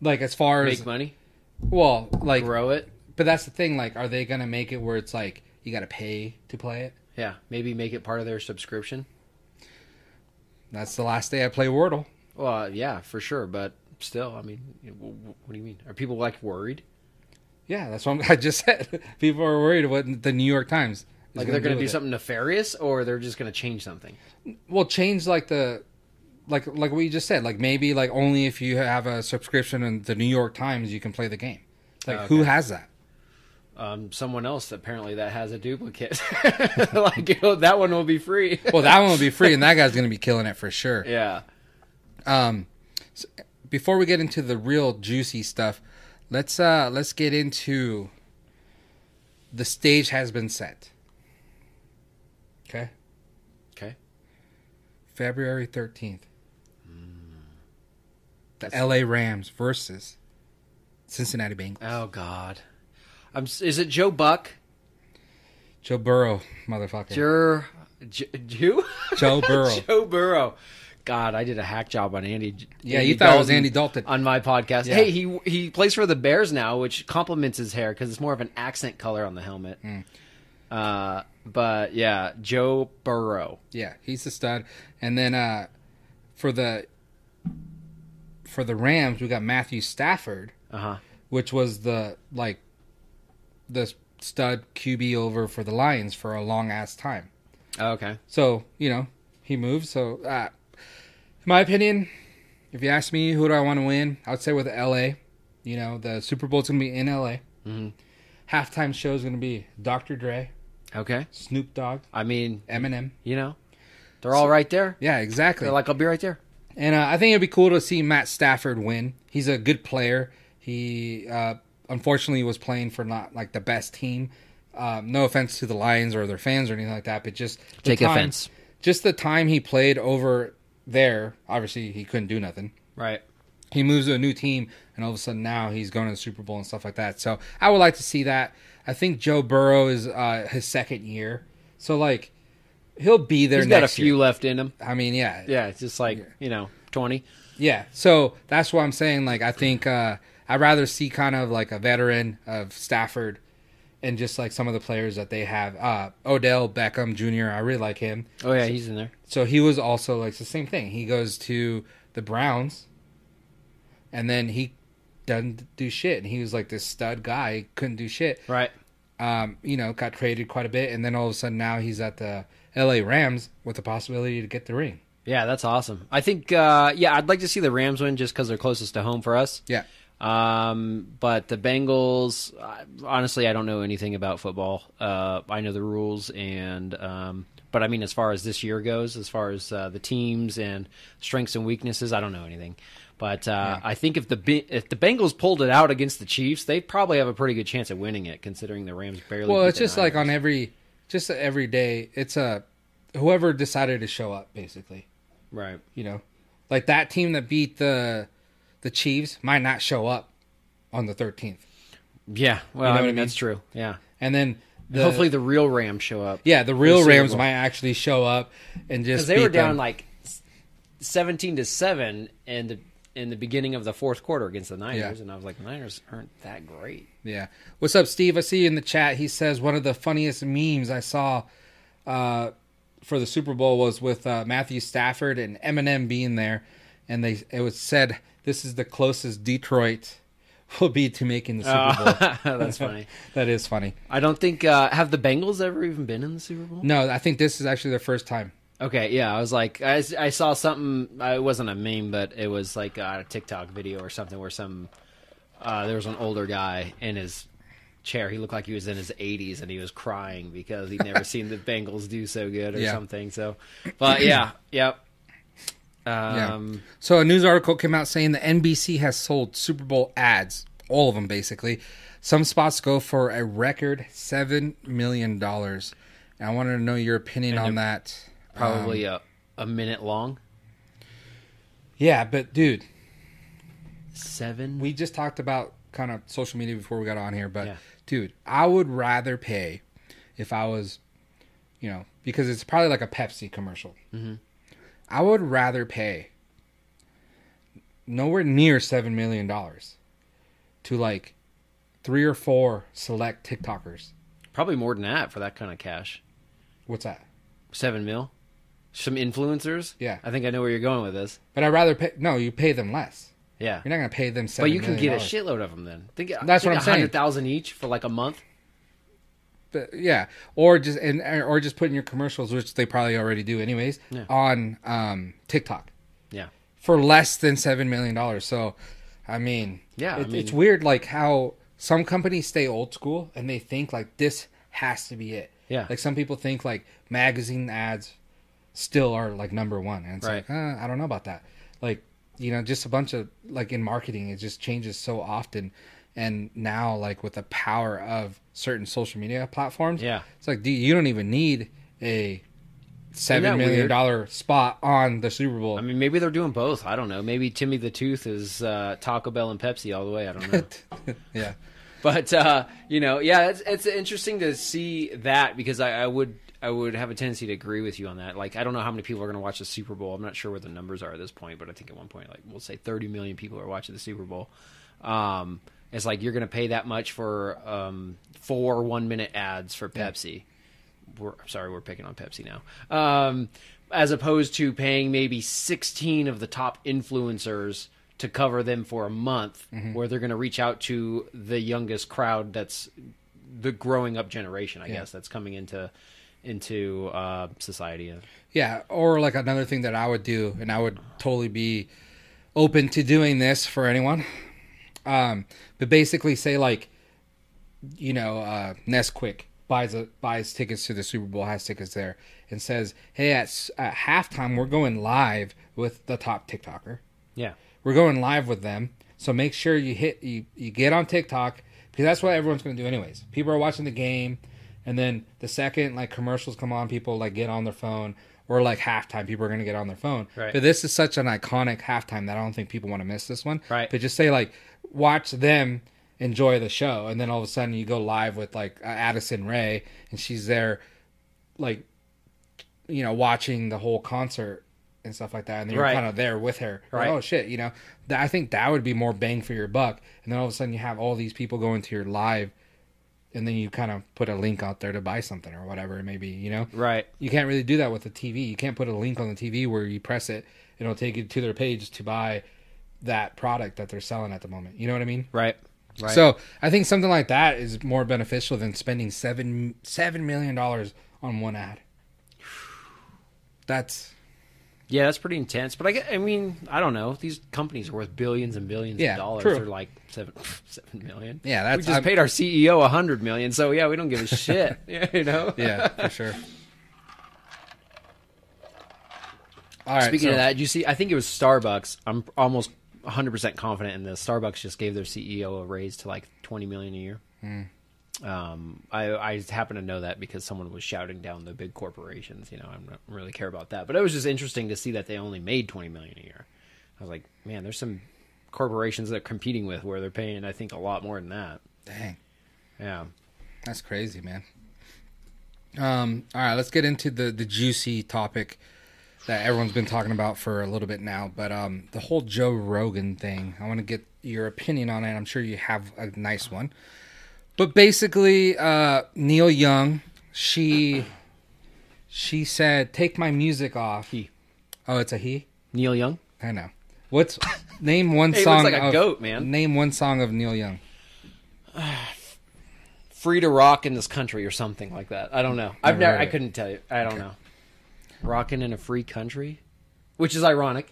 Speaker 2: Like as far as
Speaker 3: Make money,
Speaker 2: well, like
Speaker 3: grow it.
Speaker 2: but that's the thing like are they going to make it where it's like you got to pay to play it?
Speaker 3: Yeah. Maybe make it part of their subscription.
Speaker 2: That's the last day I play Wordle.
Speaker 3: Well, yeah, for sure. But still, I mean, w- w- what do you mean? Are people like worried?
Speaker 2: Yeah, that's what I'm, I just said. People are worried what the New York Times is
Speaker 3: Like they're going to do
Speaker 2: with it.
Speaker 3: something nefarious, or they're just going to change something?
Speaker 2: well change like the like like what you just said like maybe like only if you have a subscription in the new york times you can play the game like
Speaker 3: Oh,
Speaker 2: who
Speaker 3: okay.
Speaker 2: has that
Speaker 3: Um, someone else apparently that has a duplicate. like oh, that one will be free.
Speaker 2: well that one will be free and that guy's gonna be killing it for sure
Speaker 3: yeah.
Speaker 2: um s- before we get into the real juicy stuff let's uh let's get into the stage has been set okay
Speaker 3: Okay.
Speaker 2: february 13th the la rams versus cincinnati bengals
Speaker 3: Oh God. I'm, s- is it Joe Buck?
Speaker 2: Joe Burrow, motherfucker.
Speaker 3: Jer, J- who?
Speaker 2: Joe Burrow.
Speaker 3: Joe Burrow. God, I did a hack job on Andy.
Speaker 2: Yeah, you thought it was Andy Dalton.
Speaker 3: on my podcast.
Speaker 2: Yeah.
Speaker 3: Hey, he he plays for the Bears now, which complements his hair because it's more of an accent color on the helmet.
Speaker 2: Hmm.
Speaker 3: Uh, but yeah, Joe Burrow.
Speaker 2: yeah, he's a stud. And then uh, for the for the Rams, we got Matthew Stafford,
Speaker 3: Uh huh.
Speaker 2: which was the like the stud QB over for the Lions for a long ass time.
Speaker 3: Oh, okay.
Speaker 2: So you know he moved. So uh, in my opinion, if you ask me, who do I want to win? I would say with L.A. You know the Super Bowl's gonna be in L.A.
Speaker 3: Mhm.
Speaker 2: Halftime show is gonna be Dr. Dre,
Speaker 3: Okay.
Speaker 2: Snoop Dogg,
Speaker 3: I mean,
Speaker 2: Eminem.
Speaker 3: you know, they're all right there.
Speaker 2: Yeah, exactly.
Speaker 3: They're like, I'll be right there.
Speaker 2: and uh, I think it'd be cool to see Matt Stafford win. He's a good player. He uh, unfortunately was playing for not like the best team. Um, no offense to the Lions or their fans or anything like that, but just the
Speaker 3: Take
Speaker 2: time-
Speaker 3: offense.
Speaker 2: Just the time he played over there, obviously he couldn't do nothing.
Speaker 3: Right.
Speaker 2: He moves to a new team, and all of a sudden now he's going to the Super Bowl and stuff like that. So I would like to see that. I think Joe Burrow is uh, his second year, so like he'll be there.
Speaker 3: He's got a
Speaker 2: next
Speaker 3: few
Speaker 2: year.
Speaker 3: left in him.
Speaker 2: I mean, yeah,
Speaker 3: Yeah, it's just like you know, twenty.
Speaker 2: Yeah, so that's what I'm saying. Like, I think uh, I'd rather see kind of like a veteran of Stafford and just like some of the players that they have. Uh, Odell Beckham Jr., I really like him.
Speaker 3: Oh yeah, he's in there.
Speaker 2: So he was also like it's the same thing. He goes to the Browns and then he doesn't do shit. And he was like this stud guy, couldn't do shit.
Speaker 3: Right.
Speaker 2: Um, you know, got traded quite a bit. And then all of a sudden now he's at the LA Rams with the possibility to get the ring.
Speaker 3: Yeah, that's awesome. I think, uh, yeah, I'd like to see the Rams win just because they're closest to home for us.
Speaker 2: Yeah.
Speaker 3: Um, but the Bengals, I- honestly, I don't know anything about football. Uh, I know the rules, and um, but I mean, as far as this year goes, as far as uh, the teams and strengths and weaknesses, I don't know anything. But uh, I think if the Be- if the Bengals pulled it out against the Chiefs, they probably have a pretty good chance of winning it, considering the Rams barely.
Speaker 2: Well,
Speaker 3: beat
Speaker 2: it's
Speaker 3: the
Speaker 2: just like
Speaker 3: Niners.
Speaker 2: on every, just every day. It's a whoever decided to show up, basically.
Speaker 3: right.
Speaker 2: You know, like that team that beat the the Chiefs might not show up on the thirteenth,
Speaker 3: Yeah, well,
Speaker 2: know
Speaker 3: I
Speaker 2: what I
Speaker 3: mean,
Speaker 2: mean?
Speaker 3: that's true. Yeah,
Speaker 2: and then the,
Speaker 3: hopefully the real Rams show up.
Speaker 2: yeah, the real
Speaker 3: Super
Speaker 2: Rams
Speaker 3: Bowl.
Speaker 2: might actually show up and just
Speaker 3: because they were
Speaker 2: beat
Speaker 3: down
Speaker 2: them.
Speaker 3: like s- seventeen to seven in the in the beginning of the fourth quarter against the Niners,
Speaker 2: Yeah.
Speaker 3: and I was like, the Niners aren't that great.
Speaker 2: Yeah. What's up, Steve? I see you in the chat. He says one of the funniest memes I saw uh, for the Super Bowl was with uh, Matthew Stafford and Eminem being there. and they it was said this is the closest Detroit will be to making the Super Bowl.
Speaker 3: Oh, that's funny.
Speaker 2: that is funny.
Speaker 3: I don't think uh, have the Bengals ever even been in the Super Bowl.
Speaker 2: No, I think this is actually their first time.
Speaker 3: Okay, yeah, I was like, I, s- I saw something. uh, It wasn't a meme, but it was like a TikTok video or something where some uh, there was an older guy in his chair. He looked like he was in his 80s, and he was crying because he'd never seen the Bengals do so good or
Speaker 2: Yeah.
Speaker 3: something. So, but yeah, yep. Um,
Speaker 2: So a news article came out saying that NBC has sold Super Bowl ads, all of them basically. Some spots go for a record seven million dollars. And I wanted to know your opinion on that.
Speaker 3: probably
Speaker 2: um,
Speaker 3: a a minute long.
Speaker 2: Yeah, but dude,
Speaker 3: Seven.
Speaker 2: we just talked about kind of social media before we got on here, but
Speaker 3: Yeah.
Speaker 2: dude, I would rather pay if I was, you know, because it's probably like a Pepsi commercial. Mm-hmm. I would rather pay nowhere near seven million dollars to like three or four select TikTokers.
Speaker 3: probably more than that for that kind of cash.
Speaker 2: What's that?
Speaker 3: Seven mil. Some influencers.
Speaker 2: Yeah.
Speaker 3: I think I know where you're going with this.
Speaker 2: But I'd rather pay. No, you pay them less.
Speaker 3: Yeah.
Speaker 2: You're not gonna pay them seven.
Speaker 3: But you can
Speaker 2: million
Speaker 3: get a
Speaker 2: dollars.
Speaker 3: shitload of them then. Think
Speaker 2: That's what I'm saying.
Speaker 3: Hundred thousand each for like a month.
Speaker 2: But, yeah, or just and or just putting your commercials, which they probably already do anyways,
Speaker 3: Yeah.
Speaker 2: on um, TikTok.
Speaker 3: Yeah.
Speaker 2: for less than seven million dollars. So, I mean,
Speaker 3: Yeah, I
Speaker 2: it- it's
Speaker 3: mean-
Speaker 2: weird like how some companies stay old school and they think like this has to be it.
Speaker 3: Yeah.
Speaker 2: like some people think like magazine ads still are like number one, and it's
Speaker 3: Right.
Speaker 2: like uh, I don't know about that. Like you know, just a bunch of like in marketing, it just changes so often. And now, like with the power of certain social media platforms,
Speaker 3: Yeah.
Speaker 2: it's like dude, you don't even need a seven
Speaker 3: that
Speaker 2: million
Speaker 3: weird?
Speaker 2: dollar spot on the Super Bowl.
Speaker 3: I mean, maybe they're doing both. I don't know. Maybe Timmy the Tooth is uh, Taco Bell and Pepsi all the way. I don't know.
Speaker 2: yeah.
Speaker 3: but uh, you know, yeah, it's it's interesting to see that because I, I would I would have a tendency to agree with you on that. Like, I don't know how many people are going to watch the Super Bowl. I'm not sure what the numbers are at this point, but I think at one point, like, we'll say 30 million people are watching the Super Bowl. Um, it's like you're going to pay that much for um, four one minute ads for Pepsi. We're sorry, we're picking on Pepsi now. Um, as opposed to paying maybe 16 of the top influencers to cover them for a month,
Speaker 2: Mm-hmm.
Speaker 3: where they're going to reach out to the youngest crowd that's the growing up generation, I guess, that's coming into into uh, society.
Speaker 2: Yeah, or like another thing that I would do, and I would totally be open to doing this for anyone. Um, but basically, say like, you know, uh, Nesquik buys a, buys tickets to the Super Bowl, has tickets there, and says, "Hey, at, s- at halftime, we're going live with the top TikToker.
Speaker 3: Yeah.
Speaker 2: We're going live with them. So make sure you hit you, you get on TikTok because that's what everyone's going to do anyways. People are watching the game, and then the second like commercials come on, people like get on their phone or like halftime, people are going to get on their phone.
Speaker 3: Right.
Speaker 2: But this is such an iconic halftime that I don't think people want to miss this one.
Speaker 3: Right.
Speaker 2: But just say like watch them enjoy the show, and then all of a sudden you go live with like uh, Addison Ray, and she's there, like you know watching the whole concert and stuff like that and then you're
Speaker 3: Right.
Speaker 2: kind of there with her You're
Speaker 3: Right.
Speaker 2: like, oh shit you know Th- i think that would be more bang for your buck and then all of a sudden you have all these people going to your live and then you kind of put a link out there to buy something or whatever it may be you know
Speaker 3: Right.
Speaker 2: you can't really do that with the tv you can't put a link on the tv where you press it and it'll take you to their page to buy that product that they're selling at the moment you know what i mean
Speaker 3: Right. Right.
Speaker 2: so I think something like that is more beneficial than spending seven seven million dollars on one ad. That's
Speaker 3: Yeah, that's pretty intense. But I, gue- I mean, I don't know. These companies are worth billions and billions
Speaker 2: Yeah,
Speaker 3: of dollars.
Speaker 2: true.
Speaker 3: They're like seven, seven million.
Speaker 2: Yeah, that's-
Speaker 3: we just
Speaker 2: I'm-
Speaker 3: paid our CEO a hundred million. So yeah, we don't give a shit. Yeah, you know.
Speaker 2: yeah for sure. All right.
Speaker 3: Speaking
Speaker 2: so-
Speaker 3: of that, did you see, I think it was Starbucks. I'm almost 100 percent confident in this. Starbucks just gave their CEO a raise to like 20 million a year.
Speaker 2: Hmm.
Speaker 3: Um, I, I happen to know that because someone was shouting down the big corporations. You know, I don't really care about that, but it was just interesting to see that they only made 20 million a year. I was like, man, there's some corporations that are competing with where they're paying, I think, a lot more than that.
Speaker 2: dang,
Speaker 3: Yeah.
Speaker 2: that's crazy, man. Um. All right, let's get into the the juicy topic that everyone's been talking about for a little bit now, but um, the whole Joe Rogan thing. I want to get your opinion on it. I'm sure you have a nice one. But basically, uh, Neil Young, she she said, "Take my music off."
Speaker 3: He.
Speaker 2: Oh, it's a he.
Speaker 3: Neil Young.
Speaker 2: I know. What's name one
Speaker 3: He looks
Speaker 2: song?
Speaker 3: like a
Speaker 2: of,
Speaker 3: goat, man.
Speaker 2: Name one song of Neil Young.
Speaker 3: free to rock in this country or something like that. I don't know. I've
Speaker 2: Never
Speaker 3: never.
Speaker 2: heard
Speaker 3: I
Speaker 2: it.
Speaker 3: couldn't tell you. I don't know. Rocking in a free country, which is ironic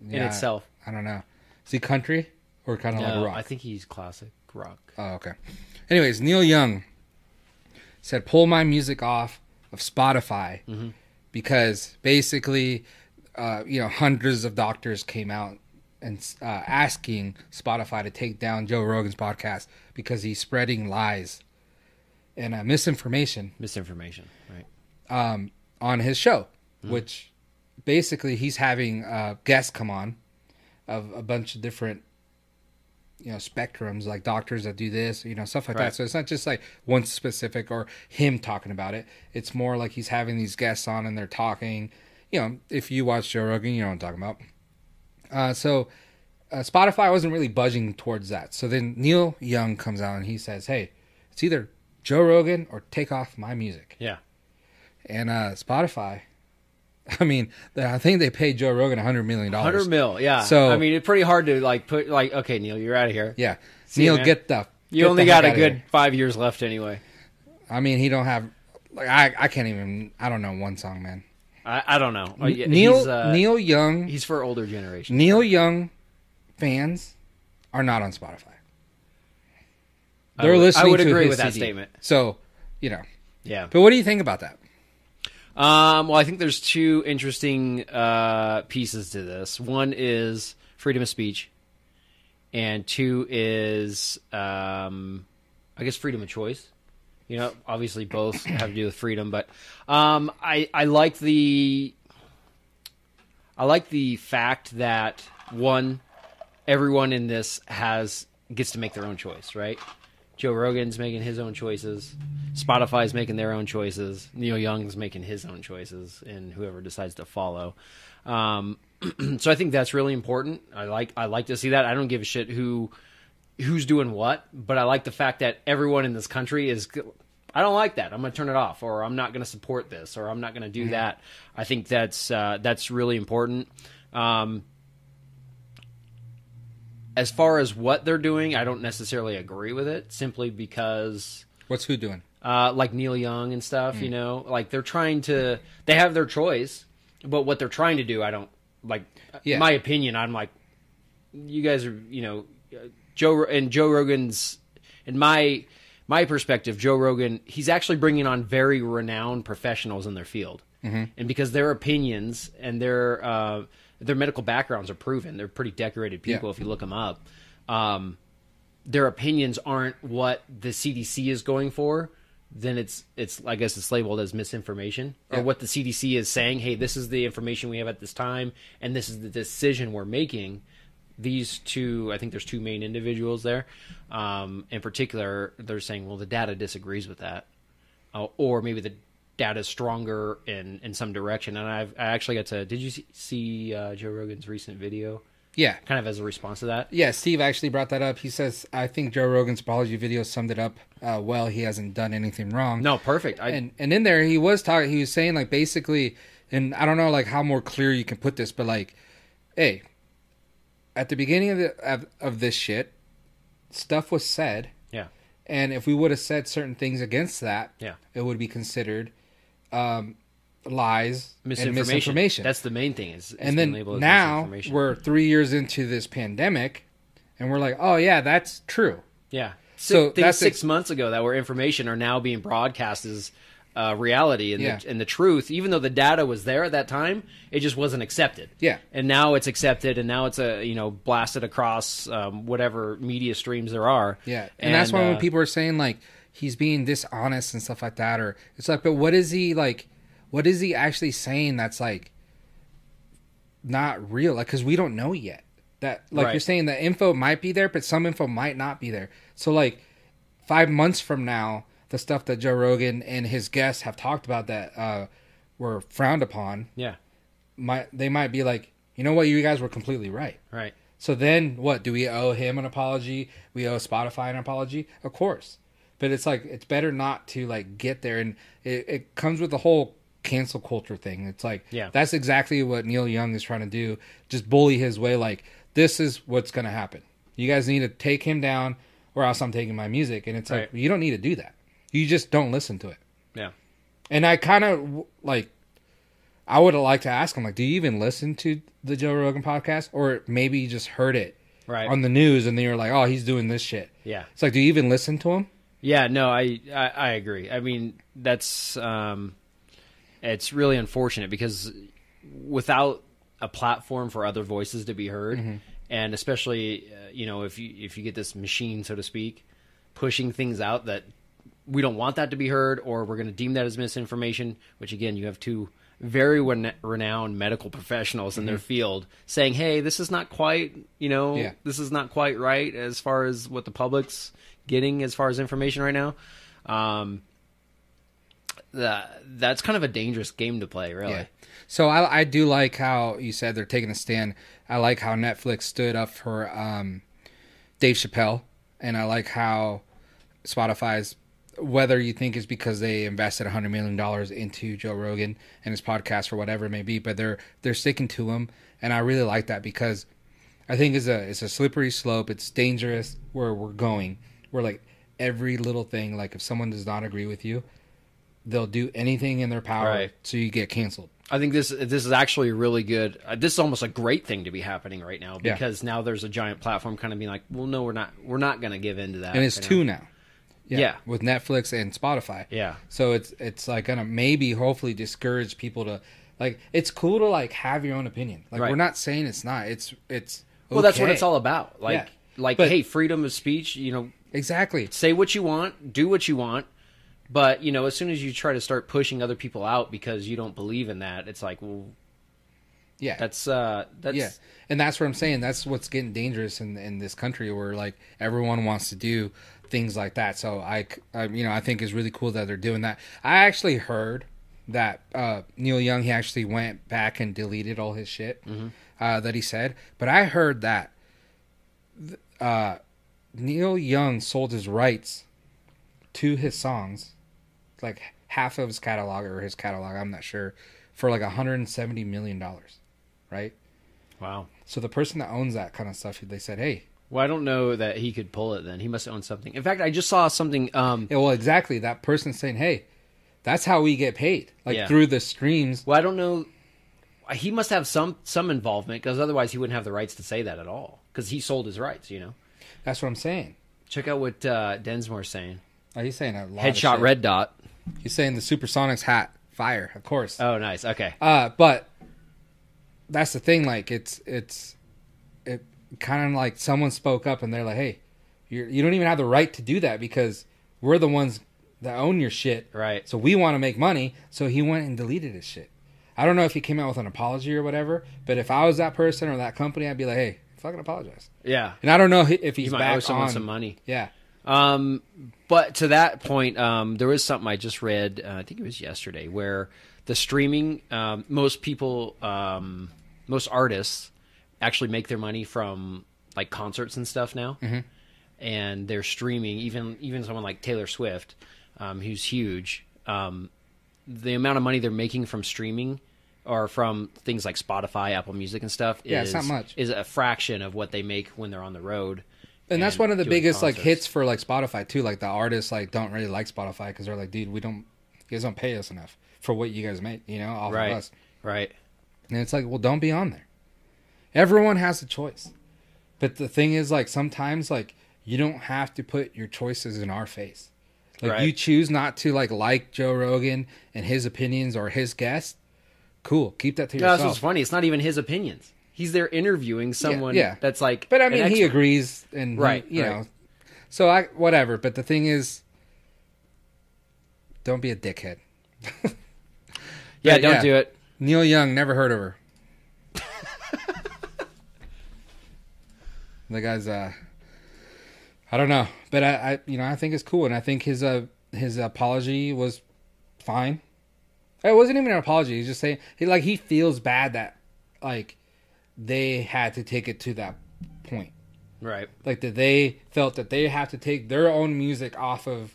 Speaker 3: in
Speaker 2: Yeah,
Speaker 3: itself.
Speaker 2: I don't know. Is he country or kind of
Speaker 3: No,
Speaker 2: like rock?
Speaker 3: I think he's classic rock.
Speaker 2: Oh, okay. Anyways, Neil Young said, "Pull my music off of Spotify
Speaker 3: Mm-hmm.
Speaker 2: because basically, uh, you know, hundreds of doctors came out and uh, asking Spotify to take down Joe Rogan's podcast because he's spreading lies and uh, misinformation
Speaker 3: Misinformation, right?
Speaker 2: um, on his show, which basically he's having uh, guests come on of a bunch of different, you know, spectrums like doctors that do this, you know, stuff like
Speaker 3: Right.
Speaker 2: that. So it's not just like one specific or him talking about it. It's more like he's having these guests on and they're talking. You know, if you watch Joe Rogan, you know what I'm talking about. Uh, so uh, Spotify wasn't really budging towards that. So then Neil Young comes out and he says, "Hey, it's either Joe Rogan or take off my music."
Speaker 3: Yeah.
Speaker 2: and uh, Spotify. I mean, they- I think they paid Joe Rogan hundred million
Speaker 3: Hundred
Speaker 2: dollars.
Speaker 3: mil, yeah.
Speaker 2: So-
Speaker 3: I mean, it's pretty hard to like put like, okay, Neil, you're out of here.
Speaker 2: Yeah,
Speaker 3: See,
Speaker 2: Neil,
Speaker 3: man.
Speaker 2: get the.
Speaker 3: You
Speaker 2: get
Speaker 3: only
Speaker 2: the
Speaker 3: got
Speaker 2: heck
Speaker 3: a
Speaker 2: outta
Speaker 3: good
Speaker 2: here.
Speaker 3: five years left anyway.
Speaker 2: I mean, he don't have. Like I, I can't even. I don't know one song, man.
Speaker 3: I, I don't know. Uh, yeah,
Speaker 2: Neil,
Speaker 3: he's, uh,
Speaker 2: Neil Young,
Speaker 3: he's for older generation.
Speaker 2: Neil Young fans are not on Spotify.
Speaker 3: I
Speaker 2: They're
Speaker 3: would- I
Speaker 2: listening.
Speaker 3: would
Speaker 2: to
Speaker 3: agree
Speaker 2: his
Speaker 3: with that
Speaker 2: CD.
Speaker 3: statement.
Speaker 2: So, you know.
Speaker 3: Yeah.
Speaker 2: But what do you think about that?
Speaker 3: Um, well, I think there's two interesting uh, pieces to this. One is freedom of speech, and two is, um, I guess, freedom of choice. You know, obviously both have to do with freedom, but um, I I like the I like the fact that one everyone in this has gets to make their own choice, right? Joe Rogan's making his own choices. Spotify's making their own choices. Neil Young's making his own choices, and whoever decides to follow. Um, so I think that's really important. I like I like to see that. I don't give a shit who who's doing what, but I like the fact that everyone in this country is. I don't like that. I'm going to turn it off, or I'm not going to support this, or I'm not going to do that. I think that's uh, that's really important. Um, as far as what they're doing, I don't necessarily agree with it, simply because
Speaker 2: What's who doing?
Speaker 3: uh, like Neil Young and stuff.
Speaker 2: Hmm.
Speaker 3: You know, like they're trying to they have their choice, but what they're trying to do, I don't like.
Speaker 2: Yeah.
Speaker 3: My opinion, I'm like, you guys are, you know, uh, Joe and Joe Rogan's, in my my perspective, Joe Rogan, he's actually bringing on very renowned professionals in their field,
Speaker 2: Mm-hmm.
Speaker 3: and because their opinions and their uh, their medical backgrounds are proven, they're pretty decorated people
Speaker 2: Yeah.
Speaker 3: if you look them up. Um, their opinions aren't what the CDC is going for, then it's it's I guess it's labeled as misinformation or
Speaker 2: Yeah.
Speaker 3: what the CDC is saying. Hey, this is the information we have at this time, and this is the decision we're making. These two, I think there's two main individuals there. Um, in particular, they're saying, well, the data disagrees with that, uh, or maybe the data is stronger in in some direction. And I've I actually got to. Did you see, see uh, Joe Rogan's recent video?
Speaker 2: Yeah.
Speaker 3: Kind of as a response to that.
Speaker 2: Yeah, Steve actually brought that up. He says, "I think Joe Rogan's apology video summed it up uh, well. He hasn't done anything wrong."
Speaker 3: No, perfect. I,
Speaker 2: and and in there he was talking he was saying like basically and i don't know like how more clear you can put this but like hey at the beginning of the of, of this shit stuff was said
Speaker 3: yeah,
Speaker 2: and if we would have said certain things against that
Speaker 3: yeah.
Speaker 2: it would be considered um lies and misinformation
Speaker 3: That's the main thing. Is, is
Speaker 2: and
Speaker 3: being
Speaker 2: then
Speaker 3: labeled as
Speaker 2: now
Speaker 3: misinformation.
Speaker 2: we're three years into this pandemic and we're like oh yeah that's true
Speaker 3: yeah.
Speaker 2: so
Speaker 3: So things
Speaker 2: that's
Speaker 3: six
Speaker 2: ex-
Speaker 3: months ago that were information are now being broadcast as uh, reality and,
Speaker 2: Yeah.
Speaker 3: the, and the truth. Even though the data was there at that time, it just wasn't accepted.
Speaker 2: Yeah.
Speaker 3: And now it's accepted, and now it's a you know blasted across um, whatever media streams there are.
Speaker 2: Yeah, and, that's why when
Speaker 3: uh,
Speaker 2: people are saying like he's being dishonest and stuff like that, or it's like, but what is he like? What is he actually saying that's like not real? Like, because we don't know yet. That like
Speaker 3: Right.
Speaker 2: you're saying the info might be there, but some info might not be there. So like five months from now, the stuff that Joe Rogan and his guests have talked about that uh, were frowned upon,
Speaker 3: yeah,
Speaker 2: might they might be like, you know what, you guys were completely right.
Speaker 3: right.
Speaker 2: So then what? Do we owe him an apology? We owe Spotify an apology? Of course. But it's like it's better not to like get there and it, it comes with the whole cancel culture thing. It's like
Speaker 3: Yeah.
Speaker 2: that's exactly what Neil Young is trying to do. Just bully his way. Like this is what's going to happen. You guys need to take him down, or else I'm taking my music. And it's like
Speaker 3: Right.
Speaker 2: you don't need to do that. You just don't listen to it.
Speaker 3: Yeah.
Speaker 2: And I kind of like, I would have liked to ask him, like, do you even listen to the Joe Rogan podcast? Or maybe you just heard it
Speaker 3: Right.
Speaker 2: on the news and then you're like, oh, he's doing this shit.
Speaker 3: Yeah.
Speaker 2: It's like, do you even listen to him?
Speaker 3: Yeah, no, I, I I agree. I mean, that's um, it's really unfortunate because without a platform for other voices to be heard,
Speaker 2: Mm-hmm.
Speaker 3: and especially uh, you know if you if you get this machine, so to speak, pushing things out that we don't want that to be heard, or we're going to deem that as misinformation. Which again, you have two very ren- renowned medical professionals in their field saying, "Hey, this is not quite you know
Speaker 2: Mm-hmm. Yeah.
Speaker 3: this is not quite right as far as what the public's getting as far as information right now. Um, that that's kind of a dangerous game to play, really.
Speaker 2: Yeah. So I, I do like how you said they're taking a stand. I like how Netflix stood up for um, Dave Chappelle, and I like how Spotify's whether you think it's because they invested hundred million dollars into Joe Rogan and his podcast or whatever it may be, but they're they're sticking to him, and I really like that because I think it's a it's a slippery slope. It's dangerous where we're going. We're like every little thing. Like if someone does not agree with you, they'll do anything in their power
Speaker 3: Right.
Speaker 2: so you get canceled.
Speaker 3: I think this this is actually really good. Uh, this is almost a great thing to be happening right now
Speaker 2: Yeah.
Speaker 3: because now there's a giant platform kind of being like, well, no, we're not we're not going to give in to that.
Speaker 2: and it's
Speaker 3: you know?
Speaker 2: two now.
Speaker 3: Yeah.
Speaker 2: with Netflix and Spotify.
Speaker 3: Yeah.
Speaker 2: so it's it's like gonna maybe hopefully discourage people to like. It's cool to like have your own opinion. Like
Speaker 3: Right.
Speaker 2: we're not saying it's not. It's it's
Speaker 3: Well, that's what
Speaker 2: okay.
Speaker 3: it's all about. Like
Speaker 2: Yeah.
Speaker 3: like
Speaker 2: But-
Speaker 3: hey, freedom of speech. You know,
Speaker 2: Exactly.
Speaker 3: say what you want, do what you want. But you know, as soon as you try to start pushing other people out because you don't believe in that, it's like, well,
Speaker 2: Yeah,
Speaker 3: that's uh, that's
Speaker 2: yeah, and that's what I'm saying. That's what's getting dangerous in in this country where like everyone wants to do things like that. So I, c- I- you know, I think it's really cool that they're doing that. I actually heard that uh, Neil Young he actually went back and deleted all his shit uh, that he said, but I heard that th- uh, Neil Young sold his rights to his songs, like half of his catalog or his catalog, I'm not sure, for like 170 million dollars, right?
Speaker 3: wow.
Speaker 2: So the person that owns that kind of stuff, they said, "Hey,
Speaker 3: Well, I don't know that he could pull it. Then he must own something. In fact, I just saw something. Um,
Speaker 2: yeah, well, exactly that person saying, hey, that's how we get paid, like
Speaker 3: Yeah.
Speaker 2: through the streams."
Speaker 3: Well, I don't know. He must have some some involvement because otherwise he wouldn't have the rights to say that at all because he sold his rights. You know,
Speaker 2: That's what I'm saying. you
Speaker 3: check out what uh, Densmore's saying.
Speaker 2: Are you saying a lot? of
Speaker 3: Headshot
Speaker 2: shit.
Speaker 3: red dot.
Speaker 2: He's saying the Supersonics hat fire, of course.
Speaker 3: Oh, nice. Okay.
Speaker 2: Uh, but that's the thing. Like it's it's it kind of like someone spoke up and they're like, "Hey, you you don't even have the right to do that because we're the ones that own your shit,
Speaker 3: Right.
Speaker 2: So we want to make money." So he went and deleted his shit. I don't know if he came out with an apology or whatever, but if I was that person or that company, I'd be like, "Hey, fucking apologize."
Speaker 3: Yeah.
Speaker 2: And I don't know if he's
Speaker 3: You might
Speaker 2: back
Speaker 3: owe someone
Speaker 2: on
Speaker 3: some money.
Speaker 2: Yeah,
Speaker 3: Um, but to that point, um, there was something I just read. Uh, I think it was yesterday, where the streaming, um, most people, um, most artists, actually make their money from like concerts and stuff now,
Speaker 2: Mm-hmm.
Speaker 3: and they're streaming. Even even someone like Taylor Swift, um, who's huge, um, the amount of money they're making from streaming. Or from things like Spotify, Apple Music, and stuff.
Speaker 2: Yeah,
Speaker 3: is,
Speaker 2: it's not much.
Speaker 3: Is a fraction of what they make when they're on the road.
Speaker 2: and that's one of the
Speaker 3: doing
Speaker 2: biggest like
Speaker 3: concerts.
Speaker 2: hits for like Spotify too. Like the artists like don't really like Spotify because they're like, dude, we don't, you guys don't pay us enough for what you guys make, you know, off
Speaker 3: Right.
Speaker 2: of us.
Speaker 3: Right.
Speaker 2: And it's like, well, don't be on there. Everyone has a choice, but the thing is, like sometimes like you don't have to put your choices in our face. Like
Speaker 3: Right.
Speaker 2: you choose not to like like Joe Rogan and his opinions or his guest. Cool, keep that to
Speaker 3: No,
Speaker 2: yourself.
Speaker 3: that's what's funny. It's not even his opinions. He's there interviewing someone
Speaker 2: yeah.
Speaker 3: that's like.
Speaker 2: But I
Speaker 3: an
Speaker 2: mean, he
Speaker 3: expert.
Speaker 2: agrees, and he-
Speaker 3: Right,
Speaker 2: you
Speaker 3: right.
Speaker 2: know. So I whatever. But the thing is, don't be a dickhead.
Speaker 3: Yeah,
Speaker 2: but
Speaker 3: don't
Speaker 2: yeah.
Speaker 3: do it.
Speaker 2: Neil Young never heard of her. the guy's, uh, I don't know, but I, I, you know, I think it's cool, and I think his uh his apology was fine. It wasn't even an apology. He's just saying he like he feels bad that like they had to take it to that point
Speaker 3: Right.
Speaker 2: like that they felt that they have to take their own music off of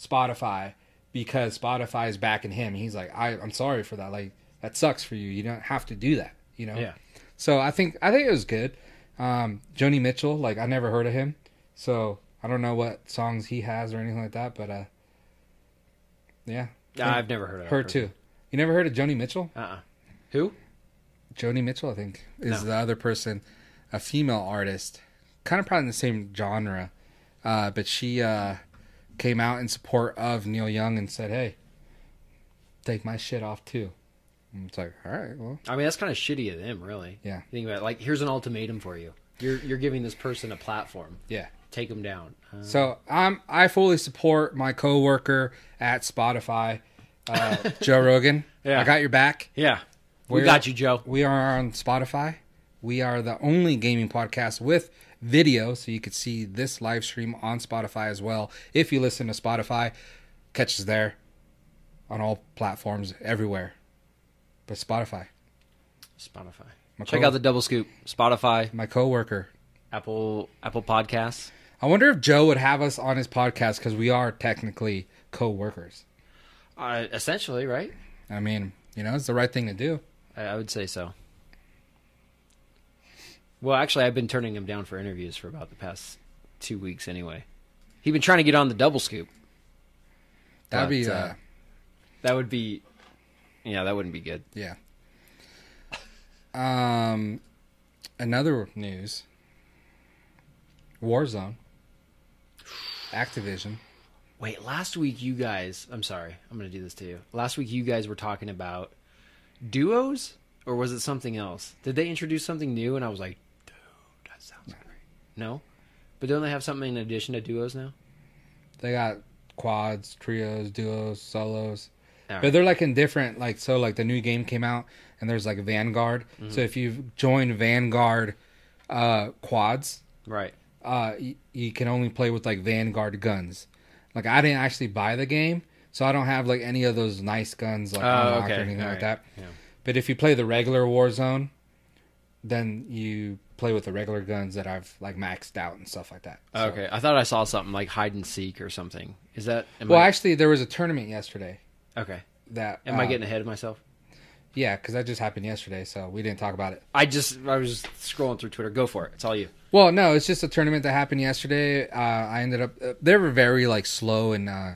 Speaker 2: Spotify because Spotify is backing him. He's like, I, I'm sorry for that. Like that sucks for you. You don't have to do that. You know.
Speaker 3: Yeah.
Speaker 2: So I think I think it was good. Um, Joni Mitchell, like I never heard of him, so I don't know what songs he has or anything like that. But uh, yeah,
Speaker 3: I've never heard of
Speaker 2: her too. You never heard of Joni Mitchell?
Speaker 3: Uh uh Who?
Speaker 2: Joni Mitchell, I think, is
Speaker 3: No.
Speaker 2: the other person, a female artist, kind of probably in the same genre, uh, but she uh, came out in support of Neil Young and said, "Hey, take my shit off too." And it's like, all right, well,
Speaker 3: I mean, that's kind of shitty of them, really.
Speaker 2: Yeah.
Speaker 3: You think about it, like, here's an ultimatum for you. You're you're giving this person a platform.
Speaker 2: yeah.
Speaker 3: Take them down. Uh,
Speaker 2: So I'm I fully support my coworker at Spotify, uh, Joe Rogan.
Speaker 3: Yeah.
Speaker 2: I got your back.
Speaker 3: yeah. we
Speaker 2: We're-
Speaker 3: got you, Joe.
Speaker 2: We are on Spotify. We are the only gaming podcast with video, so you could see this live stream on Spotify as well. If you listen to Spotify, catch us there on all platforms everywhere. But Spotify,
Speaker 3: Spotify.
Speaker 2: My
Speaker 3: Check
Speaker 2: co-
Speaker 3: out the double scoop. Spotify,
Speaker 2: my coworker.
Speaker 3: Apple Apple Podcasts.
Speaker 2: I wonder if Joe would have us on his podcast because we are technically co-workers.
Speaker 3: Uh, essentially, right?
Speaker 2: I mean, you know, it's the right thing to do.
Speaker 3: I, I would say so. Well, actually, I've been turning him down for interviews for about the past two weeks anyway. He'd been trying to get on the double scoop.
Speaker 2: That'd be,
Speaker 3: But,
Speaker 2: uh,
Speaker 3: uh, That would be, yeah, that wouldn't be good.
Speaker 2: yeah. Um, another news. Warzone, Activision.
Speaker 3: Wait, last week you guys, I'm sorry, I'm going to do this to you. Last week you guys were talking about duos, or was it something else? Did they introduce something new? And I was like, dude, that sounds great. No? But don't they have something in addition to duos now?
Speaker 2: They got quads, trios, duos, solos.
Speaker 3: All
Speaker 2: But they're like in different like so like the new game came out and there's like Vanguard. So if you've joined Vanguard uh quads,
Speaker 3: Right.
Speaker 2: uh, you, you can only play with like Vanguard guns. Like I didn't actually buy the game, so I don't have like any of those nice guns like
Speaker 3: Oh,
Speaker 2: unlocked
Speaker 3: okay.
Speaker 2: or anything
Speaker 3: All
Speaker 2: like
Speaker 3: right.
Speaker 2: that.
Speaker 3: Yeah.
Speaker 2: But if you play the regular Warzone, then you play with the regular guns that I've like maxed out and stuff like that. So-
Speaker 3: Okay, I thought I saw something like hide and seek or something. Is that am
Speaker 2: Well,
Speaker 3: I,
Speaker 2: actually, there was a tournament yesterday
Speaker 3: okay?
Speaker 2: that.
Speaker 3: Am
Speaker 2: uh,
Speaker 3: I getting ahead of myself?
Speaker 2: Yeah, because that just happened yesterday, so we didn't talk about it.
Speaker 3: I just I was just scrolling through Twitter. Go for it. It's all you.
Speaker 2: Well, no, it's just a tournament that happened yesterday. Uh, I ended up uh, they were very like slow and uh,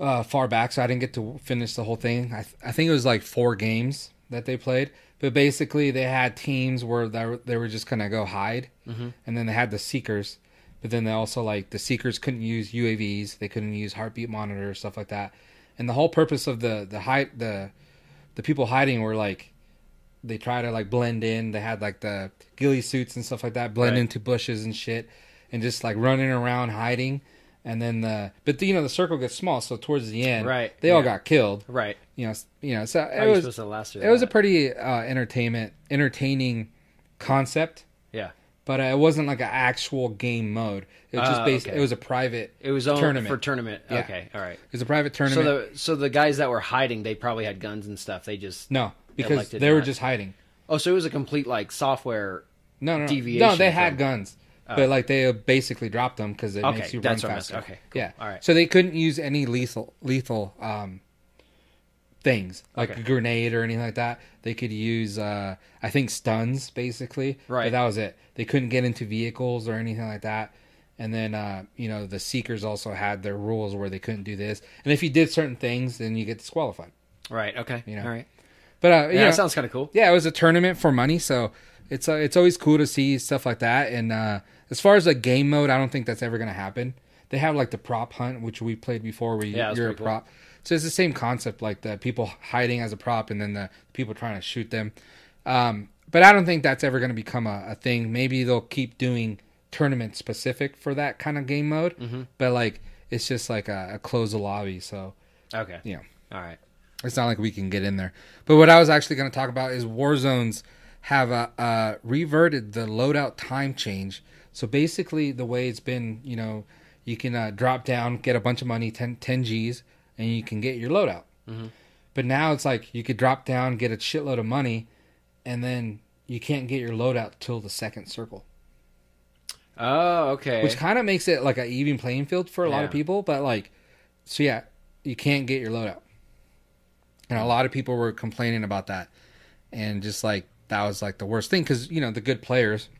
Speaker 2: uh, far back, so I didn't get to finish the whole thing. I, th- I think it was like four games that they played, but basically they had teams where they were, they were just gonna go hide, and then they had the seekers, but then they also like the seekers couldn't use UAVs, they couldn't use heartbeat monitors, stuff like that, and the whole purpose of the the hide the the people hiding were like they try to like blend in. They had like the ghillie suits and stuff like that, blend
Speaker 3: Right.
Speaker 2: into bushes and shit, and just like running around hiding. And then the but the, you know the circle gets small, so towards the end,
Speaker 3: Right,
Speaker 2: They all
Speaker 3: yeah.
Speaker 2: got killed,
Speaker 3: Right.
Speaker 2: you know, s- you know. So
Speaker 3: How
Speaker 2: it
Speaker 3: are you
Speaker 2: was
Speaker 3: supposed to last through
Speaker 2: it was a
Speaker 3: that?
Speaker 2: pretty uh, entertainment entertaining concept,
Speaker 3: yeah.
Speaker 2: but uh, it wasn't like an actual game mode. It was just
Speaker 3: Oh,
Speaker 2: based.
Speaker 3: okay.
Speaker 2: It was a private.
Speaker 3: It was owned
Speaker 2: tournament
Speaker 3: for tournament.
Speaker 2: Yeah.
Speaker 3: Okay. All right.
Speaker 2: It was a private tournament.
Speaker 3: So the so the guys that were hiding, they probably had guns and stuff. They just
Speaker 2: no, because
Speaker 3: Elected
Speaker 2: they were
Speaker 3: not.
Speaker 2: just hiding.
Speaker 3: Oh, so it was a complete like software.
Speaker 2: No, no, no.
Speaker 3: deviation
Speaker 2: no they had
Speaker 3: from-
Speaker 2: guns, but like they basically dropped them because it
Speaker 3: Okay,
Speaker 2: makes you run
Speaker 3: that's what I meant.
Speaker 2: faster.
Speaker 3: Okay, cool.
Speaker 2: yeah.
Speaker 3: All right.
Speaker 2: So they couldn't use any lethal lethal um, things like
Speaker 3: Okay.
Speaker 2: a grenade or anything like that. They could use, uh, I think, stuns basically.
Speaker 3: Right.
Speaker 2: But that was it. They couldn't get into vehicles or anything like that. And then uh, you know the seekers also had their rules where they couldn't do this, and if you did certain things, then you get disqualified.
Speaker 3: Right. Okay.
Speaker 2: know.
Speaker 3: All right.
Speaker 2: But uh, you
Speaker 3: Yeah,
Speaker 2: know,
Speaker 3: that sounds kind of cool.
Speaker 2: yeah, it was a tournament for money, so it's uh, it's always cool to see stuff like that. And uh, as far as a game mode, I don't think that's ever gonna happen. They have like the prop hunt, which we played before, where you,
Speaker 3: Yeah, that's
Speaker 2: you're a
Speaker 3: pretty cool.
Speaker 2: prop. So it's the same concept, like the people hiding as a prop, and then the people trying to shoot them. Um, but I don't think that's ever gonna become a, a thing. Maybe they'll keep doing tournament specific for that kind of game mode,
Speaker 3: Mm-hmm.
Speaker 2: but like it's just like a, a close the lobby, so
Speaker 3: Okay.
Speaker 2: you know.
Speaker 3: All right.
Speaker 2: It's not like we can get in there. But what I was actually going to talk about is war zones have uh, uh, reverted the loadout time change. So basically, the way it's been, you know, you can uh, drop down, get a bunch of money, 10, 10 G's, and you can get your loadout. But now it's like you could drop down, get a shitload of money, and then you can't get your loadout till the second circle,
Speaker 3: Oh, okay. Oh,
Speaker 2: which kind of makes it like an even playing field for a lot of
Speaker 3: Yeah.
Speaker 2: people. But like, so yeah, you can't get your load out. And a lot of people were complaining about that. And just like that was like the worst thing because, you know, the good players,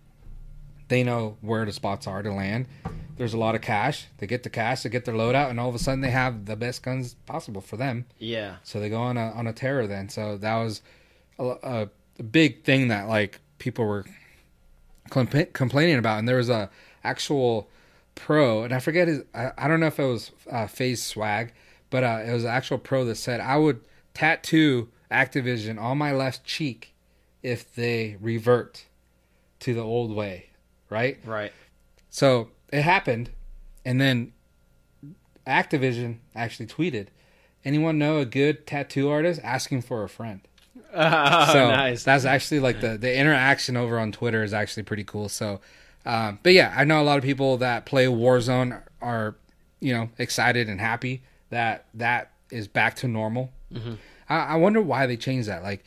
Speaker 2: they know where the spots are to land. There's a lot of cash. They get the cash, they get their load out, and all of a sudden they have the best guns possible for them.
Speaker 3: Yeah.
Speaker 2: So they go on a on a terror then. So that was a, a, a big thing that like people were compla- complaining about, and there was a actual pro, and I forget his. I, I don't know if it was uh, Phase Swag, but uh, it was an actual pro that said I would tattoo Activision on my left cheek if they revert to the old way, right?
Speaker 3: Right.
Speaker 2: So it happened, and then Activision actually tweeted, "Anyone know a good tattoo artist asking for a friend?"
Speaker 3: Oh,
Speaker 2: so
Speaker 3: nice.
Speaker 2: that's actually like the the interaction over on Twitter is actually pretty cool. So, um, but yeah, I know a lot of people that play Warzone are, you know, excited and happy that that is back to normal. I, I wonder why they changed that. Like,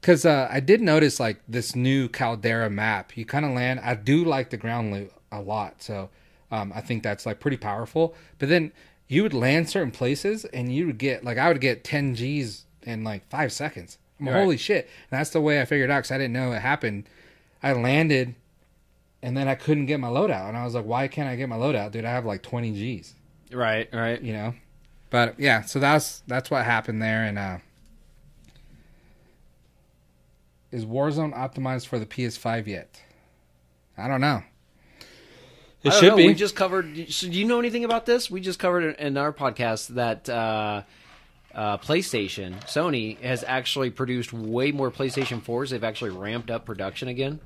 Speaker 2: because uh, I did notice like this new Caldera map. You kind of land. I do like the ground loot a lot, so um, I think that's like pretty powerful. But then you would land certain places, and you would get like I would get 10 G's in like five seconds. I'm like,
Speaker 3: Right.
Speaker 2: Holy shit! And that's the way I figured out because I didn't know it happened. I landed, and then I couldn't get my loadout, and I was like, "Why can't I get my loadout, dude? I have like 20 G's."
Speaker 3: Right. Right.
Speaker 2: you know but yeah so that's that's what happened there and uh is warzone optimized for the ps5 yet i don't know it
Speaker 3: I don't
Speaker 2: should
Speaker 3: know.
Speaker 2: be
Speaker 3: We just covered. So do you know anything about this? We just covered in- in our podcast that uh, uh, PlayStation, Sony, has actually produced way more PlayStation 4s. They've actually ramped up production again.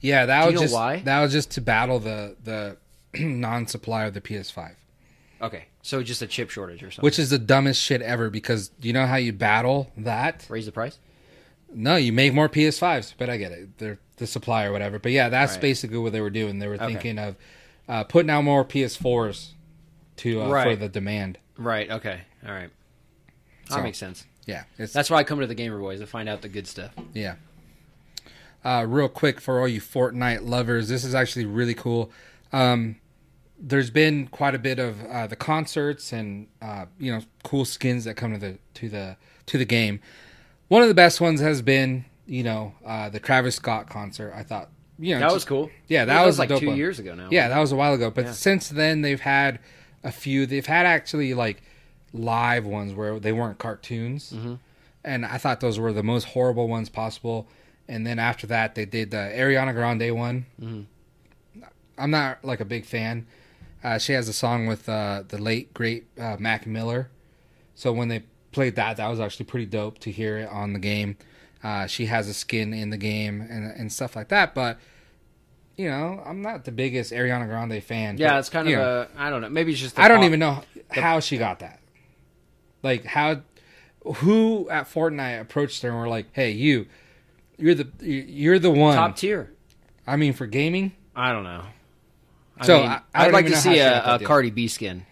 Speaker 2: yeah that
Speaker 3: you
Speaker 2: was
Speaker 3: know
Speaker 2: just
Speaker 3: why?
Speaker 2: that was just to battle the the non-supply of the ps5
Speaker 3: Okay. So just a chip shortage or something.
Speaker 2: which is the dumbest shit ever because you know how you battle that
Speaker 3: Raise the price?
Speaker 2: No, you make more PS5s, but I get it. They're the supply or whatever. But yeah, that's
Speaker 3: Right.
Speaker 2: basically what they were doing. They were thinking of uh, putting out more PS4s to uh, for
Speaker 3: Right.
Speaker 2: the demand.
Speaker 3: Right. Okay. All right. That
Speaker 2: So-
Speaker 3: makes sense.
Speaker 2: Yeah, it's
Speaker 3: That's why I come to the Gamer Boys to find out the good stuff.
Speaker 2: yeah. Uh, real quick for all you Fortnite lovers, this is actually really cool. Um, there's been quite a bit of uh, the concerts and uh, you know cool skins that come to the to the to the game. One of the best ones has been you know uh, the Travis Scott concert. I thought you know
Speaker 3: That
Speaker 2: just-
Speaker 3: was cool.
Speaker 2: Yeah, that
Speaker 3: That was
Speaker 2: was a
Speaker 3: like
Speaker 2: dope
Speaker 3: two
Speaker 2: one.
Speaker 3: years ago now.
Speaker 2: Yeah, that was a while ago. But since then, they've had a few. They've had actually like live ones where they weren't cartoons, and I thought those were the most horrible ones possible. And then after that, they did the Ariana Grande one. I'm not like a big fan. Uh, she has a song with uh, the late great uh, Mac Miller. So when they played that, that was actually pretty dope to hear it on the game. Uh, she has a skin in the game and and stuff like that. But you know, I'm not the biggest Ariana Grande fan.
Speaker 3: Yeah,
Speaker 2: but,
Speaker 3: it's kind
Speaker 2: you
Speaker 3: of
Speaker 2: know,
Speaker 3: a. I don't know. Maybe it's just. the
Speaker 2: I don't
Speaker 3: pop-
Speaker 2: even know how she got that. Like how, who at Fortnite approached her and were like, "Hey, you, you're the you're the one."
Speaker 3: Top tier.
Speaker 2: I mean, for gaming,
Speaker 3: I don't know. I
Speaker 2: So,
Speaker 3: mean,
Speaker 2: I- I
Speaker 3: I'd
Speaker 2: don't
Speaker 3: like
Speaker 2: even
Speaker 3: to
Speaker 2: know how
Speaker 3: see
Speaker 2: she got
Speaker 3: a,
Speaker 2: that
Speaker 3: a
Speaker 2: deal.
Speaker 3: Cardi B skin.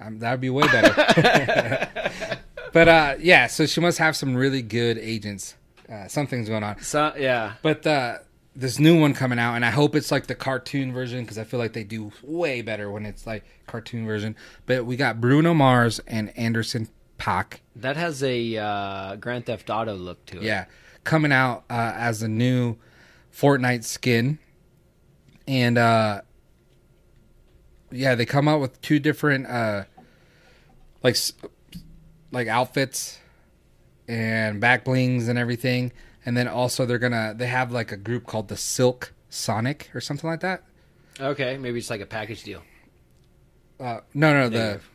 Speaker 2: Um, that would be way better. but uh, yeah, so she must have some really good agents. Uh, something's going on.
Speaker 3: So, yeah.
Speaker 2: But uh, this new one coming out, and I hope it's like the cartoon version because I feel like they do way better when it's like cartoon version. But we got Bruno Mars and Anderson Paak,
Speaker 3: That has a uh, Grand Theft Auto look to it.
Speaker 2: yeah, coming out uh, as a new Fortnite skin, and uh, yeah, they come out with two different uh, like s- like outfits and back blings and everything. And then also they're gonna they have like a group called the Silk Sonic or something like that.
Speaker 3: Okay, maybe it's like a package deal.
Speaker 2: Uh, no, no, the
Speaker 3: Negative.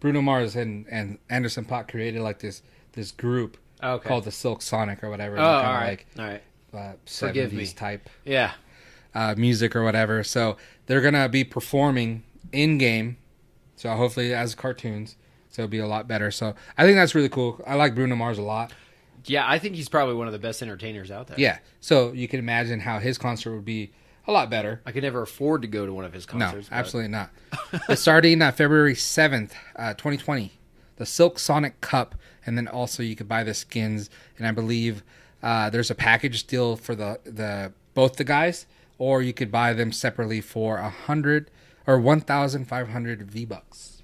Speaker 2: Bruno Mars and, and Anderson Pot created like this this group
Speaker 3: Okay.
Speaker 2: called the Silk Sonic or whatever.
Speaker 3: Oh, all right, all right.
Speaker 2: like uh,
Speaker 3: Forgive me.
Speaker 2: seventies type
Speaker 3: Yeah,
Speaker 2: uh, music or whatever. So they're gonna be performing in game. So hopefully as cartoons, so it'll be a lot better. So I think that's really cool. I like Bruno Mars a lot.
Speaker 3: yeah. I think he's probably one of the best entertainers out there.
Speaker 2: Yeah. So you can imagine how his concert would be a lot better.
Speaker 3: I could never afford to go to one of his
Speaker 2: No,
Speaker 3: concerts. but-
Speaker 2: absolutely not. But starting uh, February 7th, uh, 2020, the Silk Sonic Cup. And then also you could buy the skins. And I believe uh, there's a package deal for the, the both the guys, or you could buy them separately for a 100 or 1,500 V-Bucks.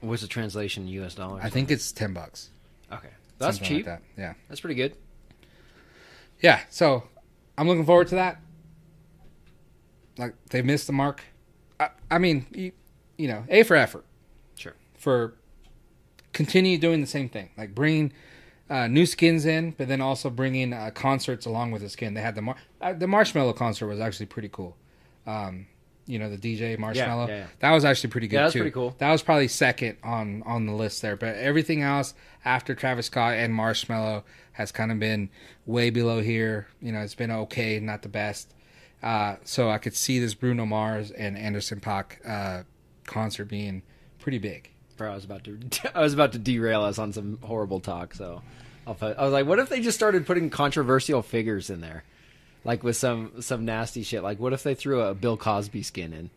Speaker 3: What's the translation in U.S. dollars?
Speaker 2: I think it's ten bucks.
Speaker 3: okay, that's
Speaker 2: something
Speaker 3: cheap.
Speaker 2: Like that. Yeah.
Speaker 3: That's pretty good.
Speaker 2: Yeah. So I'm looking forward to that. Like they missed the mark. I, I mean, you, you know, a for effort.
Speaker 3: Sure.
Speaker 2: for continue doing the same thing, like bringing uh, new skins in, but then also bringing uh, concerts along with the skin. They had the mar- uh, the Marshmallow concert was actually pretty cool. Um, you know, the DJ Marshmallow
Speaker 3: yeah, yeah.
Speaker 2: that was actually pretty good.
Speaker 3: Yeah, that's
Speaker 2: too.
Speaker 3: pretty cool.
Speaker 2: That was probably second on on the list there, but everything else after Travis Scott and Marshmallow has kind of been way below here. You know, it's been okay, not the best. Uh, so I could see this Bruno Mars and Anderson Paak uh, concert being pretty big.
Speaker 3: Bro, I was about to I was about to derail us on some horrible talk. So I'll put, I was like, what if they just started putting controversial figures in there, like with some some nasty shit? Like, what if they threw a Bill Cosby skin in?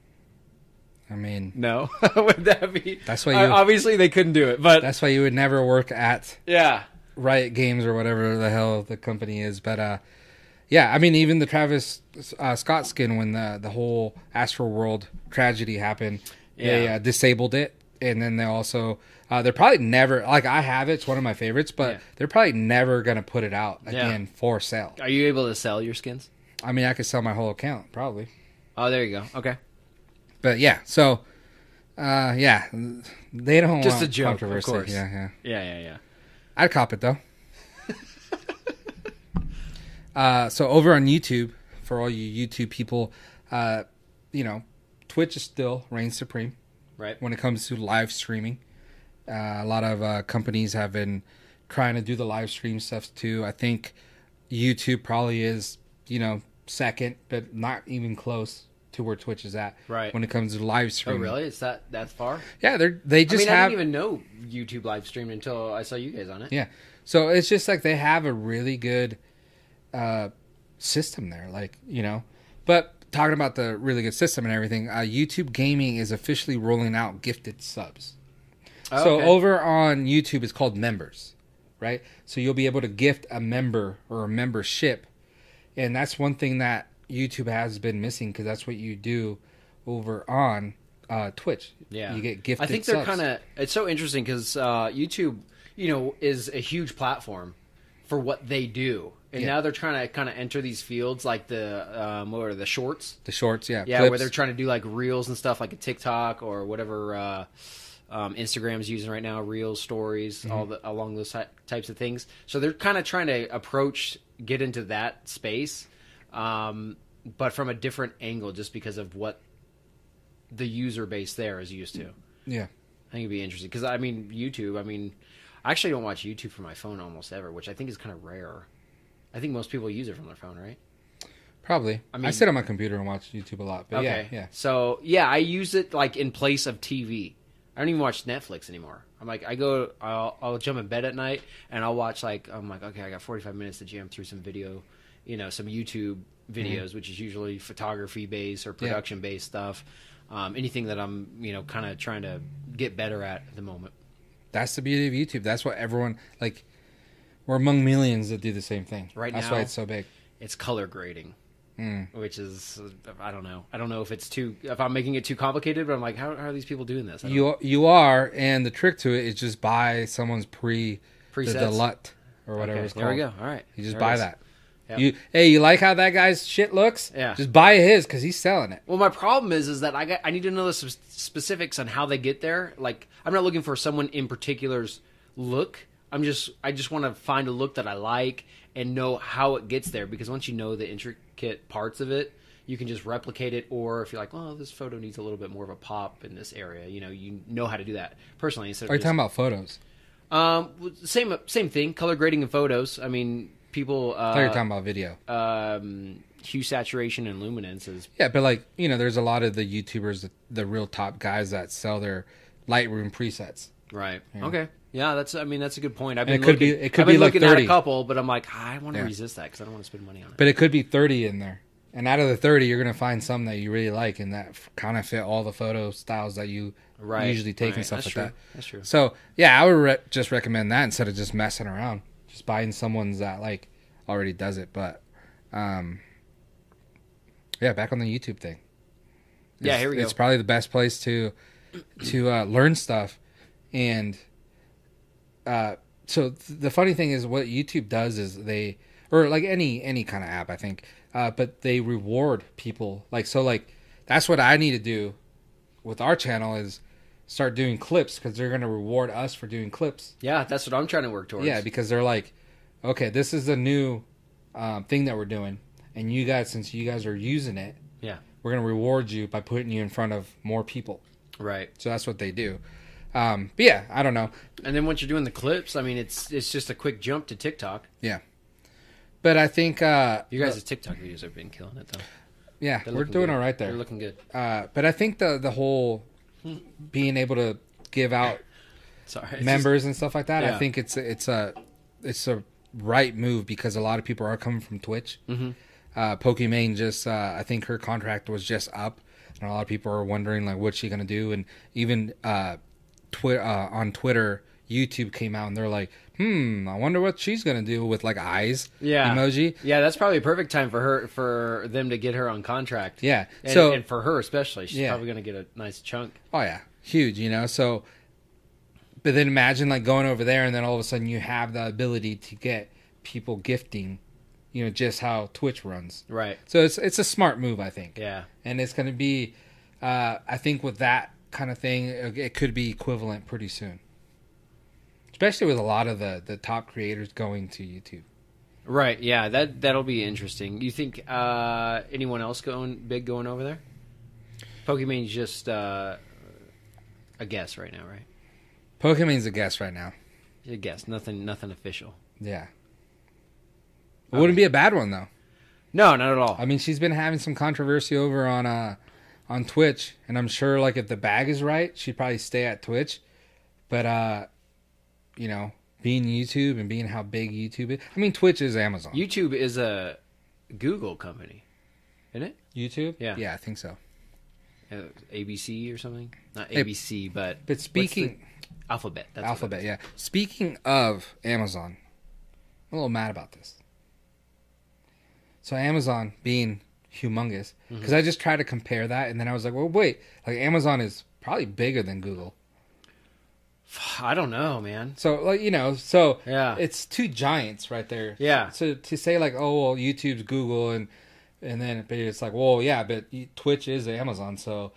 Speaker 2: I mean,
Speaker 3: No, would that be?
Speaker 2: That's why
Speaker 3: I-
Speaker 2: you-
Speaker 3: obviously they couldn't do it, but
Speaker 2: that's why you would never work at
Speaker 3: yeah,
Speaker 2: Riot Games or whatever the hell the company is. But uh, yeah, I mean, even the Travis uh, Scott skin when the the whole Astral World tragedy happened, they
Speaker 3: Yeah.
Speaker 2: uh, disabled it, and then they also uh, they're probably never like I have it, it's one of my favorites, but
Speaker 3: Yeah.
Speaker 2: they're probably never gonna put it out again for sale.
Speaker 3: are you able to sell your skins?
Speaker 2: I mean, I could sell my whole account probably.
Speaker 3: Oh, there you go. Okay,
Speaker 2: But yeah, so uh, yeah, they don't
Speaker 3: Just
Speaker 2: want
Speaker 3: a joke, of
Speaker 2: controversy.
Speaker 3: course.
Speaker 2: Yeah, yeah.
Speaker 3: yeah, yeah, yeah.
Speaker 2: I'd cop it though. uh, so over on YouTube, for all you YouTube people, uh, you know, Twitch is still reigns supreme
Speaker 3: Right.
Speaker 2: when it comes to live streaming. Uh, a lot of uh, companies have been trying to do the live stream stuff too. I think YouTube probably is, you know, second, but not even close to where Twitch is at.
Speaker 3: Right.
Speaker 2: When it comes to live
Speaker 3: Oh,
Speaker 2: streaming.
Speaker 3: really? Is that that far?
Speaker 2: Yeah, they're they just
Speaker 3: I mean, I
Speaker 2: have
Speaker 3: didn't even know YouTube live streamed until I saw you guys on it.
Speaker 2: Yeah. So it's just like they have a really good uh, system there, like you know. But talking about the really good system and everything, uh, YouTube Gaming is officially rolling out gifted subs.
Speaker 3: Oh,
Speaker 2: so
Speaker 3: okay.
Speaker 2: over on YouTube, it's called members, right? So you'll be able to gift a member or a membership, and that's one thing that YouTube has been missing because that's what you do over on uh, Twitch.
Speaker 3: Yeah,
Speaker 2: you get gifted.
Speaker 3: I think they're
Speaker 2: subs.
Speaker 3: kind of. It's so interesting because uh, YouTube, you know, is a huge platform for what they do, and
Speaker 2: Yeah.
Speaker 3: now they're trying to kind of enter these fields like the um, what are the shorts?
Speaker 2: the shorts, yeah,
Speaker 3: Yeah, where
Speaker 2: clips.
Speaker 3: they're trying to do like reels and stuff, like a TikTok or whatever uh, um, Instagram's using right now, reels, stories, all the, along those ty- types of things. So they're kind of trying to approach, get into that space, um, but from a different angle, just because of what the user base there is used to.
Speaker 2: yeah.
Speaker 3: I think it'd be interesting because I mean YouTube. I mean, I actually don't watch YouTube from my phone almost ever, which I think is kind of rare. I think most people use it from their phone, right?
Speaker 2: Probably. I
Speaker 3: mean-
Speaker 2: sit on my computer and watch YouTube a lot. But yeah, yeah.
Speaker 3: So yeah, I use it like in place of TV. I don't even watch Netflix anymore. I'm like, I go, I'll, I'll jump in bed at night and I'll watch like, I'm like, okay, I got 45 minutes to jam through some video, you know, some YouTube
Speaker 2: Mm-hmm.
Speaker 3: videos, which is usually photography based or production based stuff. Um, anything that I'm, you know, kind of trying to get better at at the moment.
Speaker 2: That's the beauty of YouTube. That's what everyone like. We're among millions that do the same thing.
Speaker 3: Right
Speaker 2: That's
Speaker 3: now-
Speaker 2: why it's so big.
Speaker 3: it's color grading,
Speaker 2: Mm.
Speaker 3: which is I don't know. I don't know if it's too if I'm making it too complicated, but I'm like, how, how are these people doing this? I don't-
Speaker 2: You you are, and the trick to it is just buy someone's pre the
Speaker 3: Presets?
Speaker 2: deluxe or whatever.
Speaker 3: Okay,
Speaker 2: it's
Speaker 3: there we go.
Speaker 2: called.
Speaker 3: All right,
Speaker 2: You just
Speaker 3: There it
Speaker 2: buy
Speaker 3: is.
Speaker 2: that.
Speaker 3: Yep.
Speaker 2: You hey, you like how that guy's shit looks?
Speaker 3: Yeah.
Speaker 2: Just buy his because he's selling it.
Speaker 3: Well, my problem is is that I got I need to know the sp- specifics on how they get there. Like I'm not looking for someone in particular's look. I'm just I just want to find a look that I like and know how it gets there because once you know the intricate parts of it, you can just replicate it or if you're like, "Well, this photo needs a little bit more of a pop in this area." You know, you know how to do that. Personally, instead of
Speaker 2: Are you
Speaker 3: just-
Speaker 2: talking about photos?
Speaker 3: Um, well, same same thing. Color grading and photos. I mean, people. Uh,
Speaker 2: I thought you were talking about video.
Speaker 3: um, hue saturation and luminance is
Speaker 2: Yeah, but like you know, there's a lot of the YouTubers, the, the real top guys that sell their Lightroom presets.
Speaker 3: right. Okay. Yeah, that's. I mean, that's a good point. I've been
Speaker 2: it could be-
Speaker 3: looking-
Speaker 2: it could
Speaker 3: I've been
Speaker 2: be like
Speaker 3: looking at
Speaker 2: 30.
Speaker 3: a couple, but I'm like, "Ah, I want to
Speaker 2: Yeah.
Speaker 3: resist that because I don't want to spend money on it.
Speaker 2: But it could be 30 in there. And out of the 30, you're going to find some that you really like and that kind of fit all the photo styles that you
Speaker 3: Right,
Speaker 2: usually take and
Speaker 3: right.
Speaker 2: stuff
Speaker 3: That's
Speaker 2: like
Speaker 3: true.
Speaker 2: that.
Speaker 3: That's true.
Speaker 2: So, yeah, I would re- just recommend that instead of just messing around. Just buying someone's that, like, already does it. But, um, yeah, back on the YouTube thing.
Speaker 3: Yeah,
Speaker 2: It's-
Speaker 3: here we go.
Speaker 2: It's probably the best place to to uh, learn stuff and uh, so th- the funny thing is what YouTube does is they or like any any kind of app I think, uh, but they reward people like so like that's what I need to do with our channel is start doing clips because they're going to reward us for doing clips.
Speaker 3: Yeah, that's what I'm trying to work towards.
Speaker 2: Yeah, because they're like, okay, this is the new um, thing that we're doing, and you guys, since you guys are using it,
Speaker 3: Yeah.
Speaker 2: we're gonna reward you by putting you in front of more people.
Speaker 3: right.
Speaker 2: So that's what they do. Um, but yeah, I don't know.
Speaker 3: And then once you're doing the clips, I mean, it's it's just a quick jump to TikTok.
Speaker 2: Yeah, but I think uh,
Speaker 3: You guys' TikTok videos have been killing it though.
Speaker 2: yeah,
Speaker 3: They're
Speaker 2: we're
Speaker 3: looking
Speaker 2: doing
Speaker 3: good.
Speaker 2: all right
Speaker 3: They're Hmm.
Speaker 2: there.
Speaker 3: looking good.
Speaker 2: Uh, but I think the the whole being able to give out
Speaker 3: Sorry. it's
Speaker 2: members and stuff like that, I
Speaker 3: Yeah.
Speaker 2: think it's a- it's a it's a right move because a lot of people are coming from Twitch. Mm-hmm. Uh, Pokimane just uh, I think her contract was just up, and a lot of people are wondering like what's she gonna do, and even uh, twi- uh, on Twitter. YouTube came out and they're like, "Hmm, I wonder what she's gonna do with like eyes
Speaker 3: just- yeah.
Speaker 2: emoji."
Speaker 3: Yeah, that's probably a perfect time for her for them to get her on contract.
Speaker 2: Yeah.
Speaker 3: And,
Speaker 2: so
Speaker 3: and for her especially, she's
Speaker 2: Yeah.
Speaker 3: probably going to get a nice chunk.
Speaker 2: Oh yeah, huge. You know, so. But then imagine like going over there, and then all of a sudden you have the ability to get people gifting, you know, just how Twitch runs.
Speaker 3: Right.
Speaker 2: So it's it's a smart move, I think.
Speaker 3: Yeah.
Speaker 2: And it's going to be, uh, I think, with that kind of thing, it it could be equivalent pretty soon. Especially with a lot of the the top creators going to YouTube.
Speaker 3: Right. Yeah. That that'll be interesting. You think uh, anyone else going big going over there? Pokemon's just uh, a guess right now, right?
Speaker 2: Pokemon's a guess right now.
Speaker 3: A guess. Nothing. Nothing official.
Speaker 2: Yeah. It wouldn't be a bad one though.
Speaker 3: No, not at all.
Speaker 2: I mean, she's been having some controversy over on uh on Twitch, and I'm sure like if the bag is right, she'd probably stay at Twitch. But uh, you know, being YouTube and being how big YouTube is, I mean, Twitch is Amazon.
Speaker 3: YouTube is a Google company, isn't it?
Speaker 2: YouTube,
Speaker 3: Yeah.
Speaker 2: yeah, I think so.
Speaker 3: Uh, ABC or something? Not
Speaker 2: Hey,
Speaker 3: ABC, but
Speaker 2: But speaking
Speaker 3: Alphabet. That's what it
Speaker 2: Alphabet,
Speaker 3: is.
Speaker 2: yeah. Speaking of Amazon, I'm a little mad about this. So Amazon being humongous,
Speaker 3: Mm-hmm.
Speaker 2: because I just tried to compare that, and then I was like, well, wait, like Amazon is probably bigger than Google.
Speaker 3: I don't know, man.
Speaker 2: So like you know, so
Speaker 3: Yeah.
Speaker 2: it's two giants right there.
Speaker 3: Yeah.
Speaker 2: So to say like, oh well, YouTube's Google and and then but it's like, well, yeah, but Twitch is Amazon, so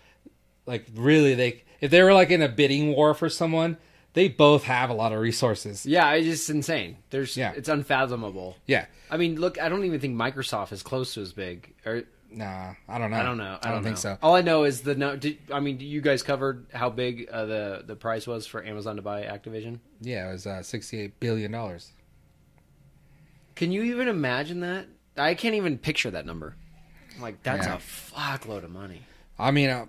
Speaker 2: like really they if they were like in a bidding war for someone, they both have a lot of resources.
Speaker 3: Yeah, it's just insane. There's,
Speaker 2: Yeah.
Speaker 3: it's unfathomable.
Speaker 2: Yeah.
Speaker 3: I mean, look, I don't even think Microsoft is close to as big. Or
Speaker 2: Nah, I don't know.
Speaker 3: I don't know. I don't,
Speaker 2: think
Speaker 3: know.
Speaker 2: so.
Speaker 3: All I know is the no. Did, I mean, you guys covered how big uh, the the price was for Amazon to buy Activision.
Speaker 2: Yeah, it was uh, sixty-eight billion dollars.
Speaker 3: Can you even imagine that? I can't even picture that number. Like that's
Speaker 2: Yeah.
Speaker 3: a fuckload of money.
Speaker 2: I mean, uh,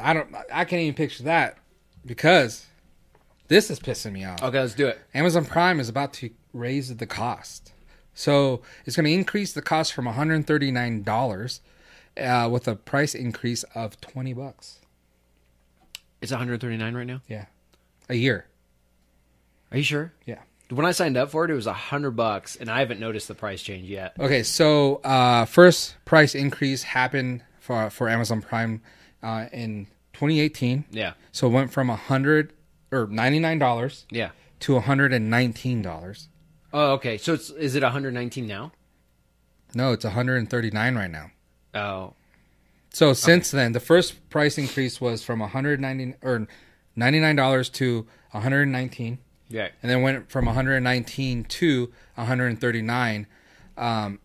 Speaker 2: I don't. I can't even picture that because this is pissing me off.
Speaker 3: Okay, let's do it.
Speaker 2: Amazon Prime is about to raise the cost. So it's going to increase the cost from $139 uh, with a price increase of 20 bucks.
Speaker 3: It's 139 right now.
Speaker 2: Yeah. A year.
Speaker 3: Are you sure?
Speaker 2: Yeah.
Speaker 3: When I signed up for it, it was 100 bucks, and I haven't noticed the price change yet.
Speaker 2: Okay, so uh, first price increase happened for for Amazon Prime uh, in 2018.
Speaker 3: Yeah,
Speaker 2: So it went from 100 or $99
Speaker 3: yeah.
Speaker 2: to $119.
Speaker 3: Oh, okay. So it's is it 119 now?
Speaker 2: No, it's 139 right now.
Speaker 3: Oh,
Speaker 2: So since then, the first price increase was from 190 or 99 dollars to 119,
Speaker 3: yeah.
Speaker 2: and then went from 119 to 139. Um,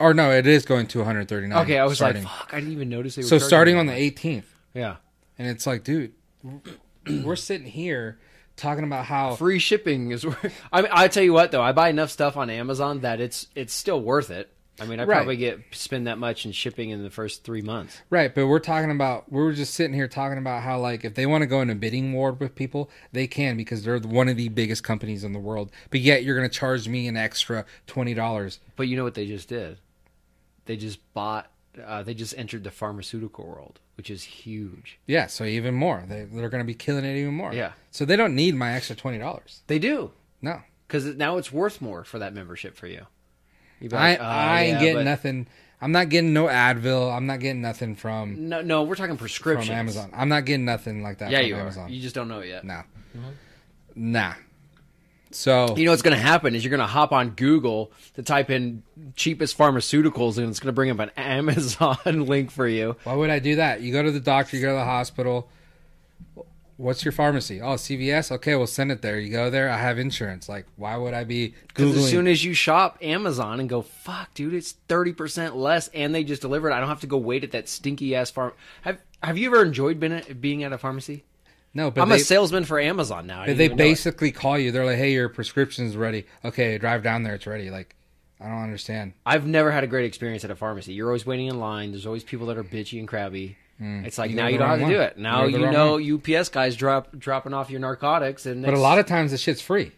Speaker 2: or no, it is going to 139.
Speaker 3: Okay, I was
Speaker 2: starting.
Speaker 3: like, fuck, I didn't even notice they were
Speaker 2: so
Speaker 3: charging
Speaker 2: starting
Speaker 3: me.
Speaker 2: on the 18th,
Speaker 3: yeah
Speaker 2: and it's like, dude, we're sitting here talking about how
Speaker 3: free shipping is. worth I mean, I tell you what though, I buy enough stuff on Amazon that it's it's still worth it. I mean, I
Speaker 2: Right.
Speaker 3: probably get spend that much in shipping in the first three months.
Speaker 2: Right, but we're talking about we were just sitting here talking about how like if they want to go in a bidding war with people, they can because they're one of the biggest companies in the world. But yet you're going to charge me an extra twenty dollars.
Speaker 3: But you know what they just did? They just bought. Uh, they just entered the pharmaceutical world, which is huge.
Speaker 2: Yeah, so even more. They, they're going to be killing it even more.
Speaker 3: Yeah.
Speaker 2: So they don't need my extra twenty dollars.
Speaker 3: They do
Speaker 2: No,
Speaker 3: because now it's worth more for that membership for you. You be
Speaker 2: I
Speaker 3: like, "Oh,
Speaker 2: I ain't
Speaker 3: yeah,
Speaker 2: getting
Speaker 3: but
Speaker 2: nothing. I'm not getting no Advil. I'm not getting nothing from
Speaker 3: No, no, we're talking prescriptions.
Speaker 2: from Amazon. I'm not getting nothing like that
Speaker 3: Yeah,
Speaker 2: from
Speaker 3: you
Speaker 2: Amazon.
Speaker 3: are. You Mm-hmm. just don't know it yet.
Speaker 2: Nah. Nah. So
Speaker 3: You know what's going to happen is you're going to hop on Google to type in cheapest pharmaceuticals, and it's going to bring up an Amazon link for you.
Speaker 2: why would I do that? You go to the doctor, you go to the hospital. What's your pharmacy? Oh, CVS. Okay, we'll send it there. You go there. I have insurance. Like, why would I be googling?
Speaker 3: Because as soon as you shop Amazon and go, fuck, dude, it's thirty percent less, and they just deliver it. I don't have to go wait at that stinky ass farm. Have Have you ever enjoyed been at, being at a pharmacy?
Speaker 2: no, but
Speaker 3: I'm
Speaker 2: they,
Speaker 3: a salesman for Amazon now. I didn't
Speaker 2: they
Speaker 3: even know it.
Speaker 2: basically call you. They're like, "Hey, your prescription's ready. Okay, drive down there. It's ready." Like, I don't understand.
Speaker 3: I've never had a great experience at a pharmacy. You're always waiting in line. There's always people that are bitchy and crabby. It's like
Speaker 2: Hmm. You
Speaker 3: now
Speaker 2: go
Speaker 3: you
Speaker 2: the
Speaker 3: don't have to
Speaker 2: wrong
Speaker 3: do
Speaker 2: one.
Speaker 3: it. Now
Speaker 2: You go the
Speaker 3: you
Speaker 2: wrong
Speaker 3: know UPS guys drop dropping off your narcotics, and
Speaker 2: But a lot of times, the shit's free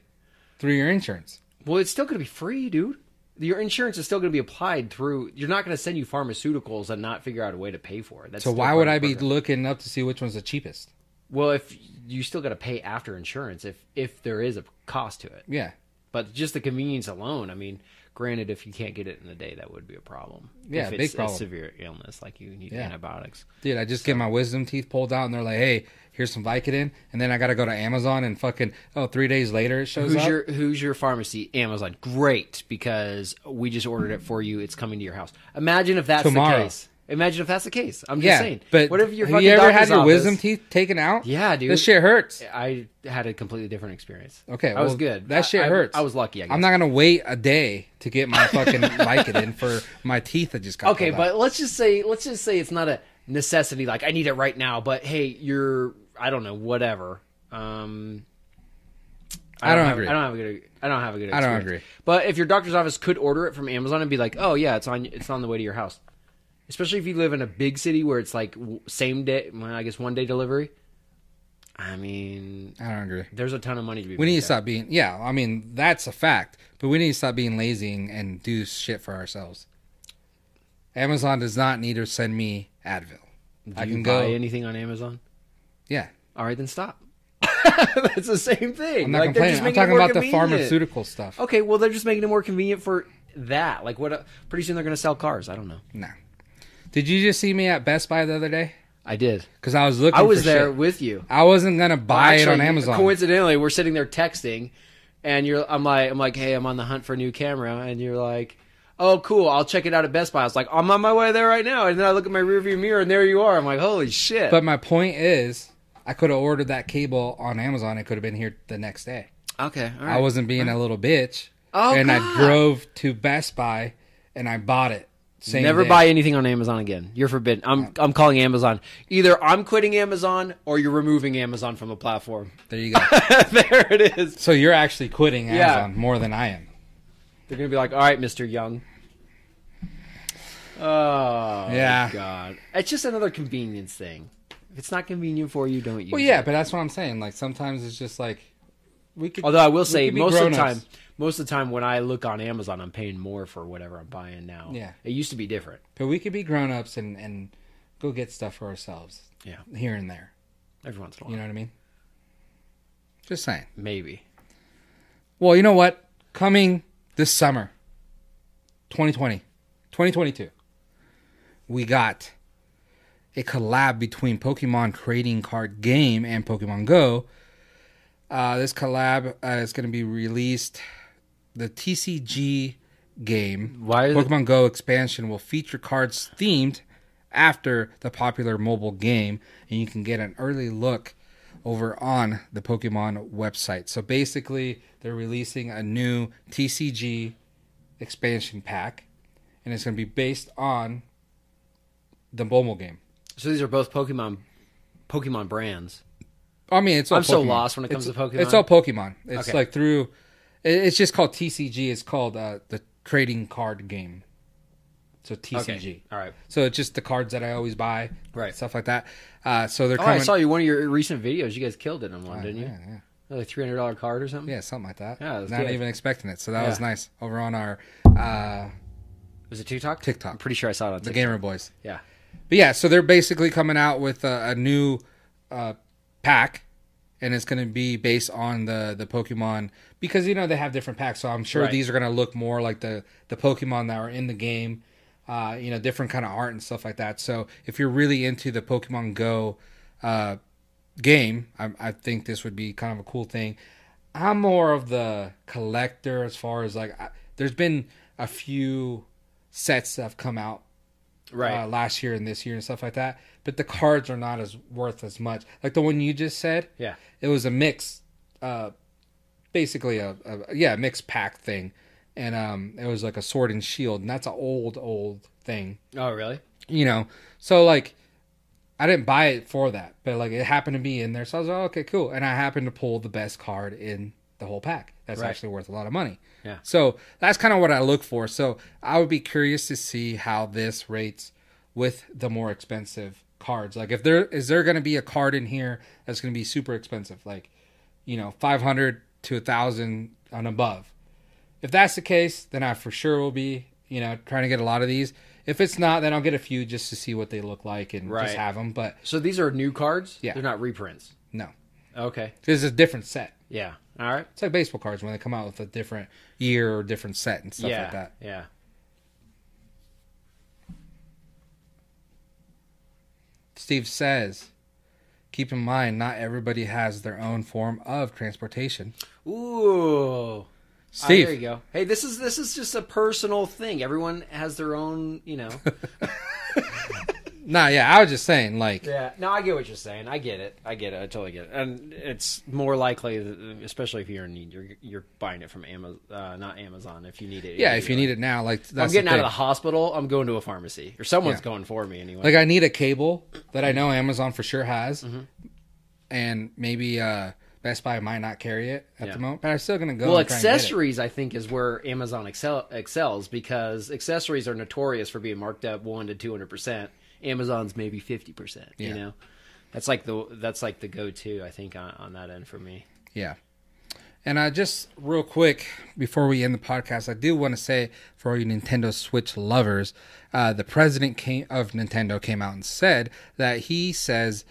Speaker 2: through your insurance.
Speaker 3: Well, it's still going to be free, dude. Your insurance is still going to be applied through. You're not going to send you pharmaceuticals and not figure out a way to pay for it. That's
Speaker 2: So
Speaker 3: still
Speaker 2: why
Speaker 3: part
Speaker 2: would
Speaker 3: of the
Speaker 2: I be
Speaker 3: program.
Speaker 2: looking up to see which one's the cheapest?
Speaker 3: Well, if you still got to pay after insurance, if if there is a cost to it,
Speaker 2: Yeah,
Speaker 3: but just the convenience alone. I mean, granted, if you can't get it in a day, that would be a problem.
Speaker 2: Yeah,
Speaker 3: if
Speaker 2: big
Speaker 3: it's
Speaker 2: problem.
Speaker 3: A severe illness, like you need
Speaker 2: Yeah.
Speaker 3: antibiotics.
Speaker 2: dude, I just get my wisdom teeth pulled out, and they're like, "Hey, here's some Vicodin," and then I got to go to Amazon and fucking oh, three days later it shows
Speaker 3: Who's
Speaker 2: up.
Speaker 3: your Who's your pharmacy? Amazon. Great, because we just ordered it for you. It's coming to your house. Imagine if that's
Speaker 2: Tomorrow.
Speaker 3: the case. Imagine if that's the case. I'm just
Speaker 2: yeah,
Speaker 3: saying.
Speaker 2: but
Speaker 3: what if your
Speaker 2: have
Speaker 3: fucking
Speaker 2: you ever
Speaker 3: doctor's
Speaker 2: had your
Speaker 3: office-
Speaker 2: wisdom teeth taken out?
Speaker 3: Yeah, dude.
Speaker 2: this shit hurts.
Speaker 3: I had a completely different experience.
Speaker 2: Okay,
Speaker 3: I was
Speaker 2: well,
Speaker 3: good.
Speaker 2: That
Speaker 3: I-
Speaker 2: shit
Speaker 3: I,
Speaker 2: hurts.
Speaker 3: I, was lucky. I guess.
Speaker 2: I'm not gonna wait a day to get my fucking Vicodin for my teeth that just got.
Speaker 3: Okay,
Speaker 2: pulled out.
Speaker 3: but let's just say let's just say it's not a necessity. Like I need it right now, but hey, you're I don't know whatever. Um,
Speaker 2: I don't
Speaker 3: have,
Speaker 2: agree.
Speaker 3: I don't have a good. I don't have a good.
Speaker 2: I
Speaker 3: Experience.
Speaker 2: don't agree.
Speaker 3: But if your doctor's office could order it from Amazon and be like, oh yeah, it's on it's on the way to your house. Especially if you live in a big city where it's like w- same day, well, I guess one day delivery. I mean,
Speaker 2: I don't agree.
Speaker 3: there's a ton of money to be.
Speaker 2: We need
Speaker 3: made
Speaker 2: to
Speaker 3: there.
Speaker 2: stop being. Yeah, I mean that's a fact, but we need to stop being lazy and, and do shit for ourselves. Amazon does not need to send me Advil.
Speaker 3: Do
Speaker 2: I
Speaker 3: you
Speaker 2: can go.
Speaker 3: buy anything on Amazon?
Speaker 2: Yeah,
Speaker 3: All right, then stop. That's the same thing.
Speaker 2: I'm not
Speaker 3: Like, they're just
Speaker 2: complaining. I'm
Speaker 3: making it
Speaker 2: talking
Speaker 3: more
Speaker 2: about the
Speaker 3: convenient. Oh.
Speaker 2: pharmaceutical stuff.
Speaker 3: Okay, well they're just making it more convenient for that. Like what? uh, pretty soon they're going to sell cars. I don't know.
Speaker 2: No. Did you just see me at Best Buy the other day?
Speaker 3: I did.
Speaker 2: Because I was looking.
Speaker 3: I was
Speaker 2: for
Speaker 3: there
Speaker 2: shit.
Speaker 3: with you.
Speaker 2: I wasn't gonna buy it on
Speaker 3: Actually,
Speaker 2: Amazon.
Speaker 3: Coincidentally, we're sitting there texting, and you're. I'm like, I'm like, hey, I'm on the hunt for a new camera, and you're like. Oh, cool! I'll check it out at Best Buy. I was like, I'm on my way there right now, and then I look at my rearview mirror, and there you are. I'm like, holy shit!
Speaker 2: but my point is, I could have ordered that cable on Amazon. It could have been here the next day.
Speaker 3: okay, all right.
Speaker 2: I wasn't being a little bitch.
Speaker 3: Oh,
Speaker 2: and
Speaker 3: God.
Speaker 2: I drove to Best Buy and I bought it. Same
Speaker 3: Never
Speaker 2: day.
Speaker 3: buy anything on Amazon again. You're forbidden. I'm I'm calling Amazon. Either I'm quitting Amazon or you're removing Amazon from the platform.
Speaker 2: There you go.
Speaker 3: there it is.
Speaker 2: so you're actually quitting
Speaker 3: Yeah.
Speaker 2: Amazon more than I am.
Speaker 3: They're gonna be like, all right, Mister Young. Oh
Speaker 2: Yeah.
Speaker 3: God! It's just another convenience thing. If it's not convenient for you, don't use.
Speaker 2: Well,
Speaker 3: it.
Speaker 2: yeah, but that's what I'm saying. Like sometimes it's just like we could.
Speaker 3: Although I will
Speaker 2: we
Speaker 3: say,
Speaker 2: could be
Speaker 3: most of the time,
Speaker 2: grown-ups.
Speaker 3: most of the time when I look on Amazon, I'm paying more for whatever I'm buying now.
Speaker 2: Yeah.
Speaker 3: It used to be different.
Speaker 2: but we could be grown ups and and go get stuff for ourselves
Speaker 3: Yeah.
Speaker 2: here and there.
Speaker 3: Every once in a while,
Speaker 2: You know what I mean? Just saying.
Speaker 3: maybe.
Speaker 2: Well, you know what? Coming this summer, 2020, 2022, we got a collab between Pokemon Trading Card Game and Pokemon Go. Uh, this collab uh, is going to be released. The TCG game,
Speaker 3: Why is it-
Speaker 2: Pokemon Go expansion, will feature cards themed after the popular mobile game, and you can get an early look over on the Pokemon website. So basically, they're releasing a new TCG expansion pack, and it's going to be based on the mobile game.
Speaker 3: So these are both Pokemon, Pokemon brands.
Speaker 2: I mean, it's all
Speaker 3: I'm so
Speaker 2: Pokemon.
Speaker 3: lost when it comes
Speaker 2: It's-
Speaker 3: to Pokemon.
Speaker 2: It's all Pokemon. It's
Speaker 3: Okay.
Speaker 2: like through. it- It's just called TCG. It's called uh, the trading card game. So TCG.
Speaker 3: All right.
Speaker 2: So it's just the cards that I always buy,
Speaker 3: Right.
Speaker 2: Stuff like that. Uh, so they're
Speaker 3: Oh,
Speaker 2: coming.
Speaker 3: I saw you one of your recent videos. You guys killed it on one, didn't you?
Speaker 2: Oh, yeah, yeah.
Speaker 3: Like three hundred dollar card or something.
Speaker 2: Yeah, something like that.
Speaker 3: Yeah, that's
Speaker 2: not
Speaker 3: good.
Speaker 2: even expecting it. So that was
Speaker 3: Yeah.
Speaker 2: nice over on our uh,
Speaker 3: Was it TikTok?
Speaker 2: TikTok.
Speaker 3: I'm pretty sure I saw it on
Speaker 2: the
Speaker 3: TikTok.
Speaker 2: Gamer Boys.
Speaker 3: Yeah.
Speaker 2: But yeah, so they're basically coming out with a, a new uh, pack, and it's going to be based on the the Pokemon because you know they have different packs. So I'm sure
Speaker 3: Right.
Speaker 2: these are going to look more like the the Pokemon that are in the game. uh, you know, different kind of art and stuff like that. So if you're really into the Pokemon Go uh, game, I, I think this would be kind of a cool thing. I'm more of the collector as far as like, I, there's been a few sets that have come out
Speaker 3: Right.
Speaker 2: uh, last year and this year and stuff like that. But the cards are not as worth as much. Like the one you just said,
Speaker 3: Yeah.
Speaker 2: it was a mix, uh, basically a, a yeah mixed pack thing, and um, it was like a sword and shield, and that's an old old thing,
Speaker 3: Oh, really?
Speaker 2: you know. So like, I didn't buy it for that, but like it happened to be in there, so I was like, oh, okay, cool, and I happened to pull the best card in the whole pack. That's
Speaker 3: Right.
Speaker 2: actually worth a lot of money.
Speaker 3: Yeah.
Speaker 2: So that's kind of what I look for. So I would be curious to see how this rates with the more expensive cards. Like if there is there going to be a card in here that's going to be super expensive, like you know, 500 to 1000 and above. If that's the case, then I for sure will be, you know, trying to get a lot of these. If it's not, then I'll get a few just to see what they look like and
Speaker 3: Right.
Speaker 2: just have them, but
Speaker 3: So these are new cards?
Speaker 2: Yeah.
Speaker 3: They're not reprints.
Speaker 2: no.
Speaker 3: Okay.
Speaker 2: This is a different set.
Speaker 3: Yeah. All right.
Speaker 2: It's like baseball cards when they come out with a different year or different set and stuff
Speaker 3: yeah.
Speaker 2: like that.
Speaker 3: Yeah.
Speaker 2: Steve says, keep in mind, not everybody has their own form of transportation.
Speaker 3: Ooh. Ah,
Speaker 2: Steve,
Speaker 3: there you go. Hey, this is this is just a personal thing. Everyone has their own, you know.
Speaker 2: nah, yeah, I was just saying, like,
Speaker 3: yeah. No, I get what you're saying. I get it. I get it. I totally get it. And it's more likely, that, especially if you're in need, you're you're buying it from Amazon, uh, not Amazon. If you need it,
Speaker 2: yeah, if you need it now, like, that's
Speaker 3: I'm getting
Speaker 2: the
Speaker 3: out of
Speaker 2: thing.
Speaker 3: the hospital. I'm going to a pharmacy, or someone's
Speaker 2: Yeah.
Speaker 3: going for me anyway.
Speaker 2: Like, I need a cable that I know Amazon for sure has,
Speaker 3: Mm-hmm.
Speaker 2: and maybe uh Best Buy might not carry it at
Speaker 3: Yeah.
Speaker 2: the moment, but I'm still gonna go.
Speaker 3: well,
Speaker 2: and try and get it.
Speaker 3: accessories, I think, is where Amazon excel, excels because accessories are notorious for being marked up one to two hundred percent. Amazon's maybe fifty percent.
Speaker 2: Yeah.
Speaker 3: You know, that's like the that's like the go to. I think on, on that end for me.
Speaker 2: Yeah. And uh, just real quick before we end the podcast, I do want to say for all you Nintendo Switch lovers, uh, the president came, of Nintendo came out and said that he says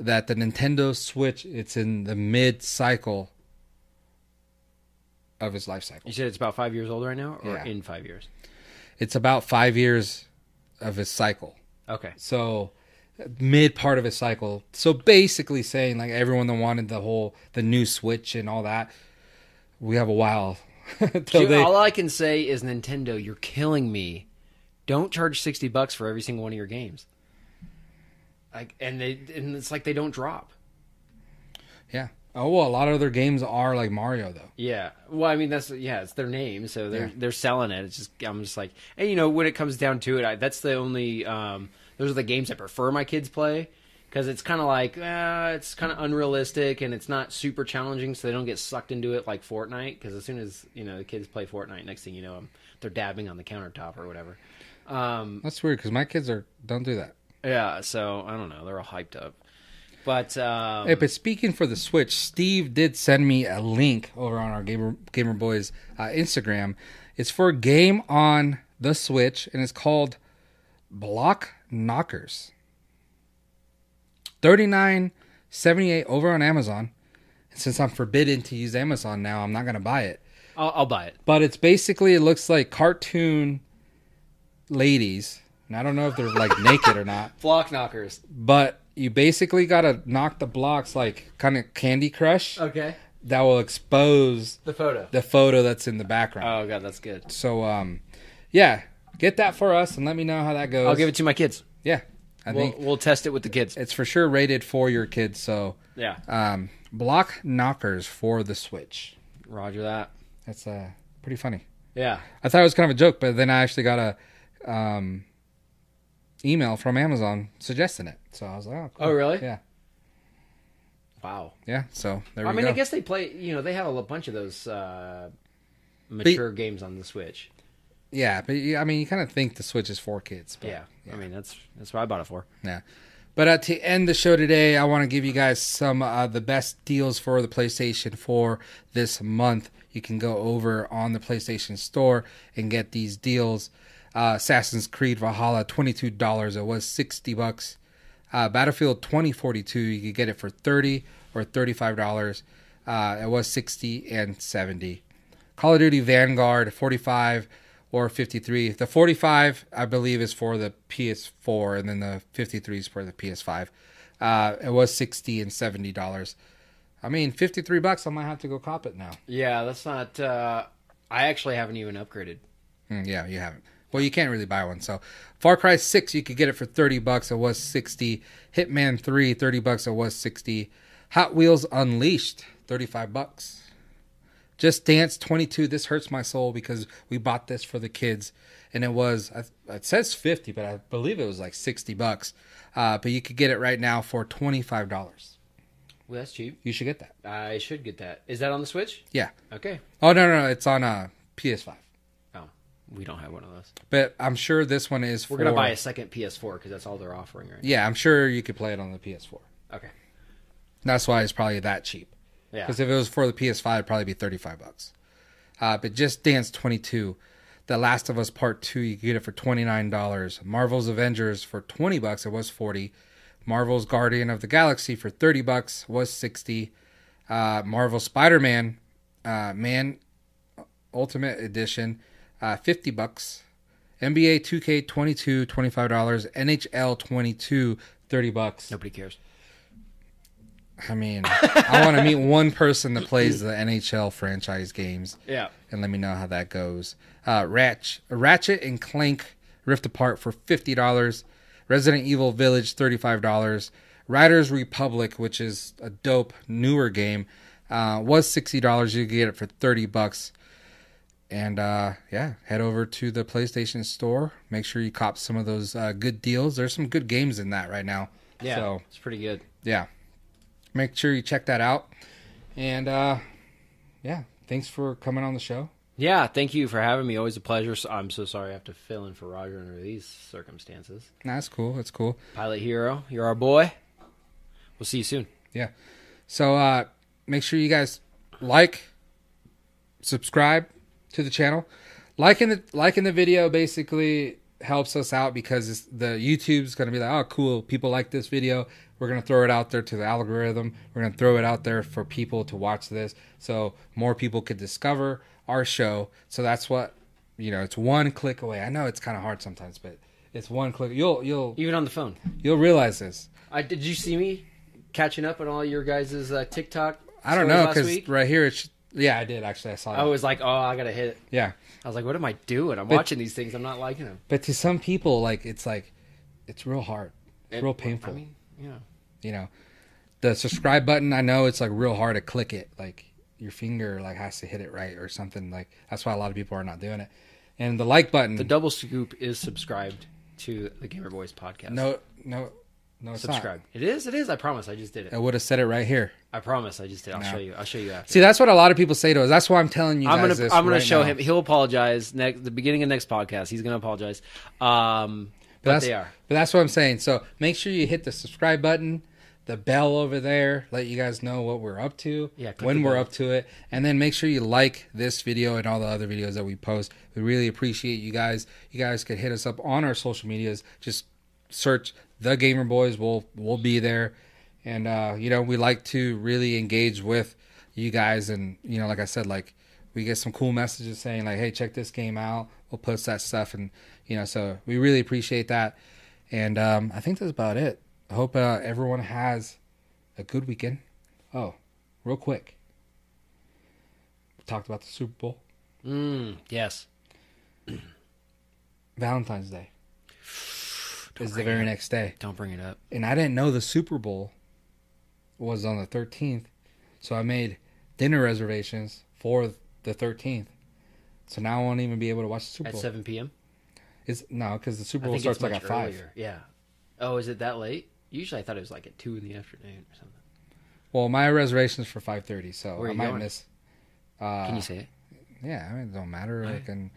Speaker 2: that the Nintendo Switch it's in the mid cycle of his life cycle.
Speaker 3: You said it's about five years old right now, or
Speaker 2: Yeah.
Speaker 3: in five years.
Speaker 2: It's about five years of his cycle.
Speaker 3: Okay.
Speaker 2: So mid part of his cycle. So basically saying like everyone that wanted the whole the new Switch and all that, we have a while. till
Speaker 3: Dude,
Speaker 2: they,
Speaker 3: all I can say is Nintendo, you're killing me. Don't charge sixty bucks for every single one of your games. Like, and they and it's like they don't drop.
Speaker 2: yeah. Oh well, a lot of their games are like Mario though.
Speaker 3: Yeah. Well, I mean, that's yeah, it's their name, so they're
Speaker 2: Yeah.
Speaker 3: they're selling it. It's just I'm just like, and you know, when it comes down to it, I, that's the only um, those are the games I prefer my kids play because it's kind of like uh, it's kind of unrealistic and it's not super challenging, so they don't get sucked into it like Fortnite. Because as soon as you know the kids play Fortnite, next thing you know, 'em- they're dabbing on the countertop or whatever. Um,
Speaker 2: That's weird because my kids are don't do that.
Speaker 3: yeah. So I don't know. They're all hyped up, but um,
Speaker 2: Hey, but speaking for the Switch, Steve did send me a link over on our Gamer Gamer Boys uh, Instagram. It's for a game on the Switch, and it's called Block Knockers. Thirty nine seventy eight over on Amazon. And since I'm forbidden to use Amazon now, I'm not gonna buy it.
Speaker 3: I'll, I'll buy it.
Speaker 2: But it's basically it looks like cartoon ladies, and I don't know if they're like naked or not
Speaker 3: Block knockers.
Speaker 2: but you basically gotta knock the blocks like kind of Candy Crush
Speaker 3: Okay.
Speaker 2: that will expose
Speaker 3: The photo.
Speaker 2: the photo that's in the background.
Speaker 3: Oh god, that's good.
Speaker 2: so um, yeah, get that for us and let me know how that goes.
Speaker 3: I'll give it to my kids.
Speaker 2: Yeah, I
Speaker 3: We'll,
Speaker 2: think
Speaker 3: we'll test it with the kids.
Speaker 2: it's for sure rated for your kids. So
Speaker 3: Yeah.
Speaker 2: um, block knockers for the Switch.
Speaker 3: Roger that.
Speaker 2: That's uh pretty funny.
Speaker 3: Yeah.
Speaker 2: I thought it was kind of a joke, but then I actually got a um email from Amazon suggesting it. So I was like, oh, cool.
Speaker 3: Oh, really?
Speaker 2: Yeah,
Speaker 3: Wow.
Speaker 2: yeah. So there we
Speaker 3: I mean,
Speaker 2: go.
Speaker 3: I guess they play. You know, they have a bunch of those uh, mature games on the Switch.
Speaker 2: Yeah, but you- I mean, you kind of think the Switch is for kids. But,
Speaker 3: Yeah. I mean, that's that's what I bought it for.
Speaker 2: yeah. But uh, to end the show today, I want to give you guys some uh, the best deals for the PlayStation 4 this month. You can go over on the PlayStation Store and get these deals. Uh, Assassin's Creed Valhalla, twenty two dollars. It was sixty bucks. Uh, Battlefield 2042, you could get it for 30 or 35 dollars. Uh, it was 60 and 70. Call of Duty Vanguard 45 or 53. The 45, I believe, is for the PS4, and then the 53 is for the PS5. Uh, it was 60 and 70 dollars. I mean, 53 bucks. I might have to go cop it now.
Speaker 3: Yeah, that's not. Uh, I actually haven't even upgraded.
Speaker 2: Mm, yeah, you haven't. Well, you can't really buy one. So, Far Cry 6, you could get it for 30 bucks. It was 60. Hitman 3, 30 bucks. It was 60. Hot Wheels Unleashed, 35 bucks. Just Dance 22. This hurts my soul because we bought this for the kids, and it was I- it says 50, but I believe it was like 60 bucks. Uh, but you could get it right now for 25 dollars.
Speaker 3: Well, that's cheap.
Speaker 2: You should get that.
Speaker 3: I should get that. Is that on the Switch?
Speaker 2: Yeah.
Speaker 3: Okay.
Speaker 2: Oh no no, no it's on uh, PS5.
Speaker 3: Oh, we don't have one of those.
Speaker 2: But I'm sure this one is.
Speaker 3: We're
Speaker 2: for,
Speaker 3: gonna buy a second PS4 because that's all they're offering right
Speaker 2: Yeah, I'm sure you could play it on the PS4.
Speaker 3: now. Okay.
Speaker 2: That's why it's probably that cheap.
Speaker 3: Yeah.
Speaker 2: Because if it was for the PS5, it'd probably be 35 bucks. Uh, but just Dance 22, The Last of Us Part 2, you could get it for $29. Marvel's Avengers for 20 bucks, it was 40. Marvel's Guardian of the Galaxy for 30 bucks was 60. Uh, Marvel Spider-Man uh, Man Ultimate Edition uh, 50 bucks. NBA 2K 22 $25. NHL 22 30 bucks.
Speaker 3: Nobody cares.
Speaker 2: I mean, I want to meet one person that plays the NHL franchise games
Speaker 3: Yeah.
Speaker 2: and let me know how that goes. Uh, Ratch, Ratchet and Clank Rift Apart for fifty dollars. Resident Evil Village thirty five dollars. Riders Republic, which is a dope newer game, uh, was sixty dollars. You could get it for thirty bucks. And uh, yeah, head over to the PlayStation Store. Make sure you cop some of those uh, good deals. There's some good games in that right now.
Speaker 3: Yeah.
Speaker 2: So
Speaker 3: It's pretty good.
Speaker 2: yeah make sure you check that out and uh yeah thanks for coming on the show
Speaker 3: Yeah. Thank you for having me. Always a pleasure. So, I'm so sorry I have to fill in for Roger under these circumstances.
Speaker 2: Nah, that's cool that's cool
Speaker 3: Pilot Hero, you're our boy. We'll see you soon.
Speaker 2: yeah so uh make sure you guys like subscribe to the channel liking the liking the video basically helps us out because it's, the youtube's going to be like oh cool people like this video we're going to throw it out there to the algorithm we're going to throw it out there for people to watch this so more people could discover our show so that's what you know it's one click away i know it's kind of hard sometimes but it's one click you'll you'll
Speaker 3: Even on the phone.
Speaker 2: you'll realize this
Speaker 3: I, did you see me catching up on all your guys' uh, TikTok?
Speaker 2: i don't
Speaker 3: stories
Speaker 2: know
Speaker 3: last
Speaker 2: because
Speaker 3: week?
Speaker 2: right here it's yeah i did actually i saw that
Speaker 3: I was like, oh, I gotta hit it.
Speaker 2: yeah
Speaker 3: I was like, what am I doing? I'm watching these things. I'm not liking them.
Speaker 2: but to some people like it's like it's real hard it's real painful
Speaker 3: I mean, yeah.
Speaker 2: you know the subscribe button i know it's like real hard to click it like your finger like has to hit it right or something like that's why a lot of people are not doing it and the like button
Speaker 3: The double scoop is subscribed to the Gamer Boys podcast.
Speaker 2: no no no it's not.
Speaker 3: subscribe. It is. It is. I promise. I just did
Speaker 2: i
Speaker 3: it.
Speaker 2: would have said it right here
Speaker 3: I promise. I just did. I'll show you. I'll show you after.
Speaker 2: see that's what a lot of people say to us that's why i'm telling you
Speaker 3: I'm
Speaker 2: guys
Speaker 3: gonna.
Speaker 2: this
Speaker 3: I'm gonna
Speaker 2: right
Speaker 3: show
Speaker 2: now.
Speaker 3: him. He'll apologize next. The beginning of next podcast. He's gonna apologize. Um, but,
Speaker 2: that's,
Speaker 3: they are.
Speaker 2: But that's what I'm saying. So make sure you hit the subscribe button, the bell over there, let you guys know what we're up to,
Speaker 3: Yeah, click
Speaker 2: when
Speaker 3: the
Speaker 2: we're
Speaker 3: bell.
Speaker 2: up to it, and then make sure you like this video and all the other videos that we post. We really appreciate you guys. You guys could hit us up on our social medias. Just search the Gamer Boys. We'll we'll be there, and uh, you know we like to really engage with you guys, and you know like I said, like we get some cool messages saying like hey check this game out we'll post that stuff and you know so we really appreciate that and um, i think that's about it i hope uh, everyone has a good weekend oh real quick we talked about the super bowl
Speaker 3: Mm, yes.
Speaker 2: valentine's day is the very next day
Speaker 3: Don't bring it up.
Speaker 2: and i didn't know the super bowl was on the 13th so i made dinner reservations for the 13th so now i won't even be able to watch the super
Speaker 3: At
Speaker 2: bowl
Speaker 3: 7 p.m.
Speaker 2: It's no, because the Super
Speaker 3: I
Speaker 2: Bowl
Speaker 3: think it's
Speaker 2: starts
Speaker 3: much
Speaker 2: like at five.
Speaker 3: earlier. Yeah. Oh, is it that late? Usually, I thought it was like at two in the afternoon or something.
Speaker 2: Well, my reservation's for five thirty, so
Speaker 3: Where
Speaker 2: I
Speaker 3: you
Speaker 2: might
Speaker 3: going?
Speaker 2: miss. Uh,
Speaker 3: Can you say it?
Speaker 2: Yeah, I mean, it don't matter. Like in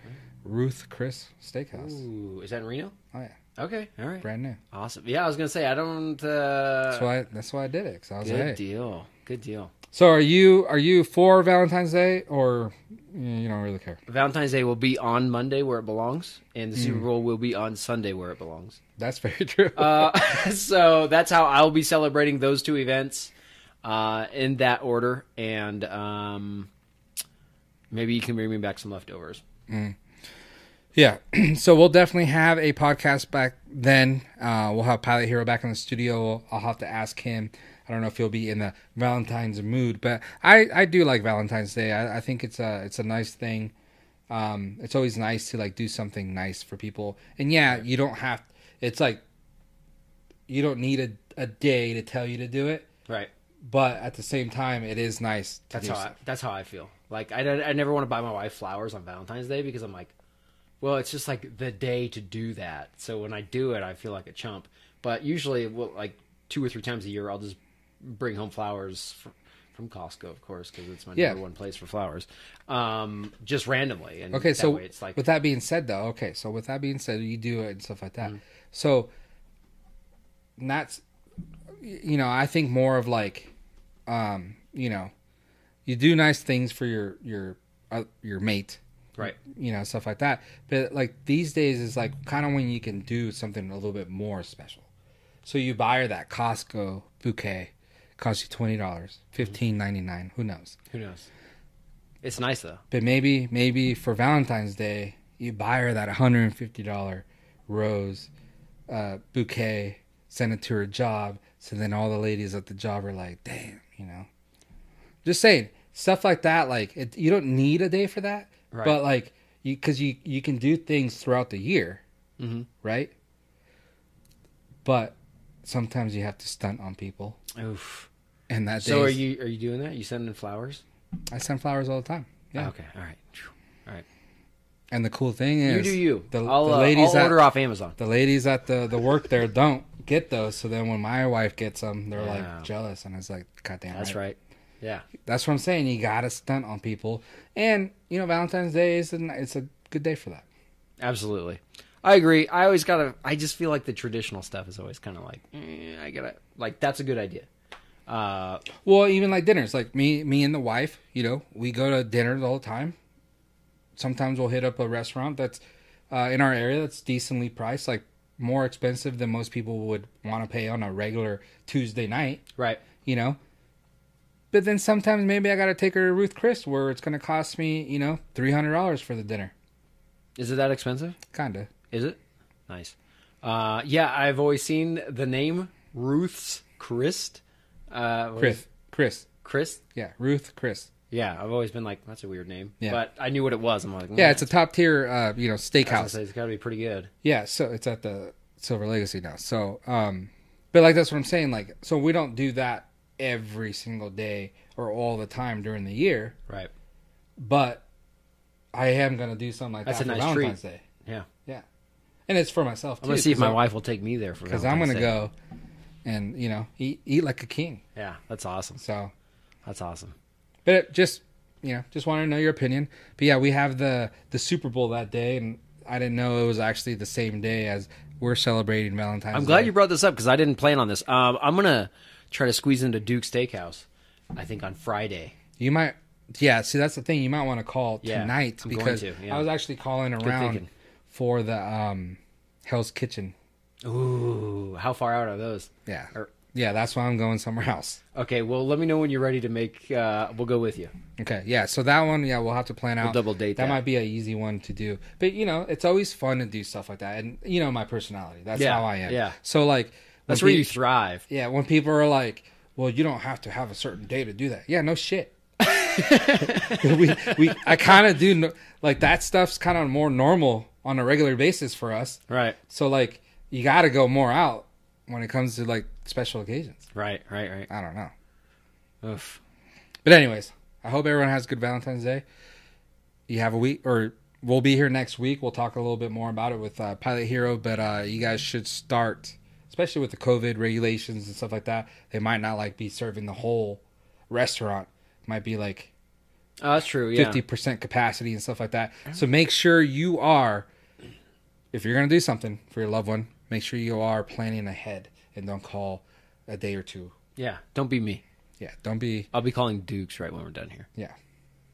Speaker 2: Ruth Chris Steakhouse,
Speaker 3: Ooh, is that in Reno?
Speaker 2: Oh, yeah.
Speaker 3: Okay. All right.
Speaker 2: brand new.
Speaker 3: Awesome. Yeah, I was gonna say I don't. Uh,
Speaker 2: That's why. That's why I did it. 'cause I was
Speaker 3: Good
Speaker 2: like, hey.
Speaker 3: deal. Good deal.
Speaker 2: so are you? Are you for Valentine's Day or mm, you don't really care?
Speaker 3: Valentine's Day will be on Monday where it belongs, and the
Speaker 2: Mm.
Speaker 3: Super Bowl will be on Sunday where it belongs.
Speaker 2: That's very true.
Speaker 3: Uh, so that's how I'll be celebrating those two events uh, in that order, and um, maybe you can bring me back some leftovers.
Speaker 2: Yeah. so we'll definitely have a podcast back then. Uh, we'll have Pilot Hero back in the studio. I'll have to ask him. I don't know if he'll be in the Valentine's mood, but I, I do like Valentine's Day. I, I think it's a it's a nice thing. Um, it's always nice to like do something nice for people. And yeah, you don't have. It's like you don't need a, a day to tell you to do it,
Speaker 3: Right.
Speaker 2: but at the same time, it is nice. To
Speaker 3: That's
Speaker 2: do
Speaker 3: how I,
Speaker 2: stuff.
Speaker 3: that's how I feel. Like I, don't- I never want to buy my wife flowers on Valentine's Day because I'm like, well, it's just like the day to do that. So when I do it, I feel like a chump. But usually, well, like two or three times a year, I'll just bring home flowers from, from Costco, of course, because it's my
Speaker 2: Yeah.
Speaker 3: number one place for flowers. Um, just randomly. And
Speaker 2: Okay,
Speaker 3: that
Speaker 2: so
Speaker 3: way it's like
Speaker 2: with that being said, though, okay, so with that being said, you do it and stuff like that.
Speaker 3: Mm-hmm.
Speaker 2: So, that's you know, I think more of like, um, you know, you do nice things for your your uh, your mate,
Speaker 3: right.
Speaker 2: you know, stuff like that. But like these days is like kind of when you can do something a little bit more special. So you buy her that Costco bouquet, costs you twenty dollars,
Speaker 3: Mm-hmm.
Speaker 2: fifteen ninety nine, who knows?
Speaker 3: Who knows? It's nice though.
Speaker 2: But maybe, maybe for Valentine's Day, you buy her that $150 rose uh, bouquet, send it to her job. So then all the ladies at the job are like, damn, you know. Just saying, stuff like that. Like, it, you don't need a day for that.
Speaker 3: Right.
Speaker 2: But, like, you, because you, you can do things throughout the year,
Speaker 3: Mhm.
Speaker 2: right? But sometimes you have to stunt on people.
Speaker 3: Oof.
Speaker 2: And that day,
Speaker 3: So are you are you doing that? You sending flowers?
Speaker 2: I send flowers all the time. Yeah.
Speaker 3: Okay. All right. Phew. All right.
Speaker 2: And the cool thing is,
Speaker 3: You do you.
Speaker 2: The,
Speaker 3: I'll,
Speaker 2: the
Speaker 3: uh,
Speaker 2: ladies
Speaker 3: I'll
Speaker 2: at-
Speaker 3: order off Amazon.
Speaker 2: the ladies at the the work there don't get those. So then when my wife gets them, they're
Speaker 3: Yeah.
Speaker 2: like jealous, and it's like, God damn,
Speaker 3: That's right. Yeah.
Speaker 2: That's what I'm saying. You gotta stunt on people, and you know Valentine's Day is an, it's a good day for that.
Speaker 3: Absolutely. I agree. I always gotta. I just feel like the traditional stuff is always kind of like eh, I gotta like that's a good idea. Uh,
Speaker 2: Well, even like dinners, like me me and the wife, you know, we go to dinners all the time. Sometimes we'll hit up a restaurant that's uh, in our area that's decently priced, like more expensive than most people would want to pay on a regular Tuesday night.
Speaker 3: right.
Speaker 2: you know. But then sometimes maybe I gotta take her to Ruth Chris, where it's gonna cost me, you know, three hundred dollars for the dinner.
Speaker 3: Is it that expensive?
Speaker 2: Kinda.
Speaker 3: Is it? Nice. Uh, yeah, I've always seen the name Ruth's Christ. Uh, what is-
Speaker 2: Chris, Chris,
Speaker 3: Christ.
Speaker 2: yeah, Ruth
Speaker 3: Oh,
Speaker 2: Chris.
Speaker 3: Yeah, I've always been like that's a weird name.
Speaker 2: Yeah.
Speaker 3: But I knew what it was. I'm like
Speaker 2: Yeah,
Speaker 3: mm,
Speaker 2: it's a top tier, uh, you know,
Speaker 3: I was
Speaker 2: steakhouse.
Speaker 3: gonna say, it's got to be pretty good.
Speaker 2: Yeah, so it's at the Silver Legacy now. So, um, but like that's what I'm saying. Like, so we don't do that every single day or all the time during the year.
Speaker 3: Right.
Speaker 2: But I am gonna do something like
Speaker 3: That's
Speaker 2: that
Speaker 3: a
Speaker 2: for
Speaker 3: nice treat.
Speaker 2: Valentine's Day.
Speaker 3: Yeah.
Speaker 2: Yeah, and it's for myself.
Speaker 3: I'm gonna
Speaker 2: too,
Speaker 3: see if
Speaker 2: 'cause
Speaker 3: my
Speaker 2: I-
Speaker 3: wife will take me there for
Speaker 2: because I'm gonna
Speaker 3: Valentine's Day.
Speaker 2: go and you know eat eat like a king.
Speaker 3: Yeah, that's awesome.
Speaker 2: So,
Speaker 3: That's awesome.
Speaker 2: but it just you know, just wanted to know your opinion. But yeah, we have the the Super Bowl that day, and I didn't know it was actually the same day as we're celebrating Valentine's.
Speaker 3: I'm glad
Speaker 2: Day.
Speaker 3: you brought this up because I didn't plan on this. Um, I'm gonna try to squeeze into Duke Steakhouse. I think on Friday.
Speaker 2: You might. Yeah, see that's the thing. You might want to call
Speaker 3: Yeah,
Speaker 2: tonight
Speaker 3: I'm going
Speaker 2: because
Speaker 3: to, yeah.
Speaker 2: I was actually calling around
Speaker 3: thinking.
Speaker 2: for the um Hell's Kitchen.
Speaker 3: Ooh, how far out are those?
Speaker 2: Yeah,
Speaker 3: Or-
Speaker 2: yeah, that's why I'm going somewhere else.
Speaker 3: Okay, well, let me know when you're ready to make. Uh, we'll go with you.
Speaker 2: Okay, yeah. So that one, yeah, we'll have to plan out.
Speaker 3: double date that.
Speaker 2: might be an easy one to do, but you know, it's always fun to do stuff like that, and you know, my personality. That's
Speaker 3: Yeah,
Speaker 2: how I am.
Speaker 3: yeah.
Speaker 2: So like,
Speaker 3: That's
Speaker 2: when
Speaker 3: where you
Speaker 2: pe-
Speaker 3: thrive.
Speaker 2: yeah, when people are like, "Well, you don't have to have a certain day to do that." Yeah, no shit. we we I kind of do no, like that stuff's kind of more normal on a regular basis for us.
Speaker 3: Right,
Speaker 2: So like, you got to go more out when it comes to like special occasions.
Speaker 3: right, right,
Speaker 2: I don't know.
Speaker 3: right. Oof.
Speaker 2: But anyways, I hope everyone has a good Valentine's Day. You have a week, or we'll be here next week. We'll talk a little bit more about it with uh, Pilot Hero, but uh, you guys should start, especially with the COVID regulations and stuff like that. They might not like be serving the whole restaurant. might be like
Speaker 3: Oh, that's true. Yeah.
Speaker 2: fifty percent capacity and stuff like that. So make sure you are, if you're gonna do something for your loved one, make sure you are planning ahead and don't call a day or two.
Speaker 3: Yeah. Don't be me.
Speaker 2: Yeah, don't be.
Speaker 3: I'll be calling Dukes right when we're done here.
Speaker 2: Yeah,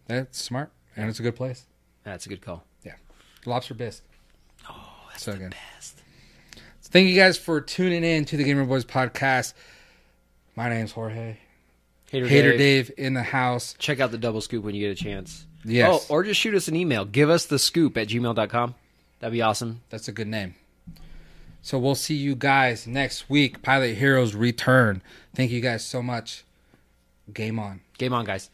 Speaker 2: that's smart and it's a good place.
Speaker 3: That's a good call.
Speaker 2: Yeah. Lobster bisque.
Speaker 3: Oh, that's
Speaker 2: So the good.
Speaker 3: best.
Speaker 2: Thank you guys for tuning in to the Gamer Boys podcast. My name's Jorge.
Speaker 3: Hater,
Speaker 2: Hater
Speaker 3: Dave.
Speaker 2: Dave in the house.
Speaker 3: Check out the double scoop when you get a chance.
Speaker 2: Yes.
Speaker 3: Oh, or just shoot us an email. Give us the scoop at gmail.com. That'd be awesome.
Speaker 2: That's a good name. So we'll see you guys next week. Pilot Heroes Return. Thank you guys so much. Game on.
Speaker 3: Game on, guys.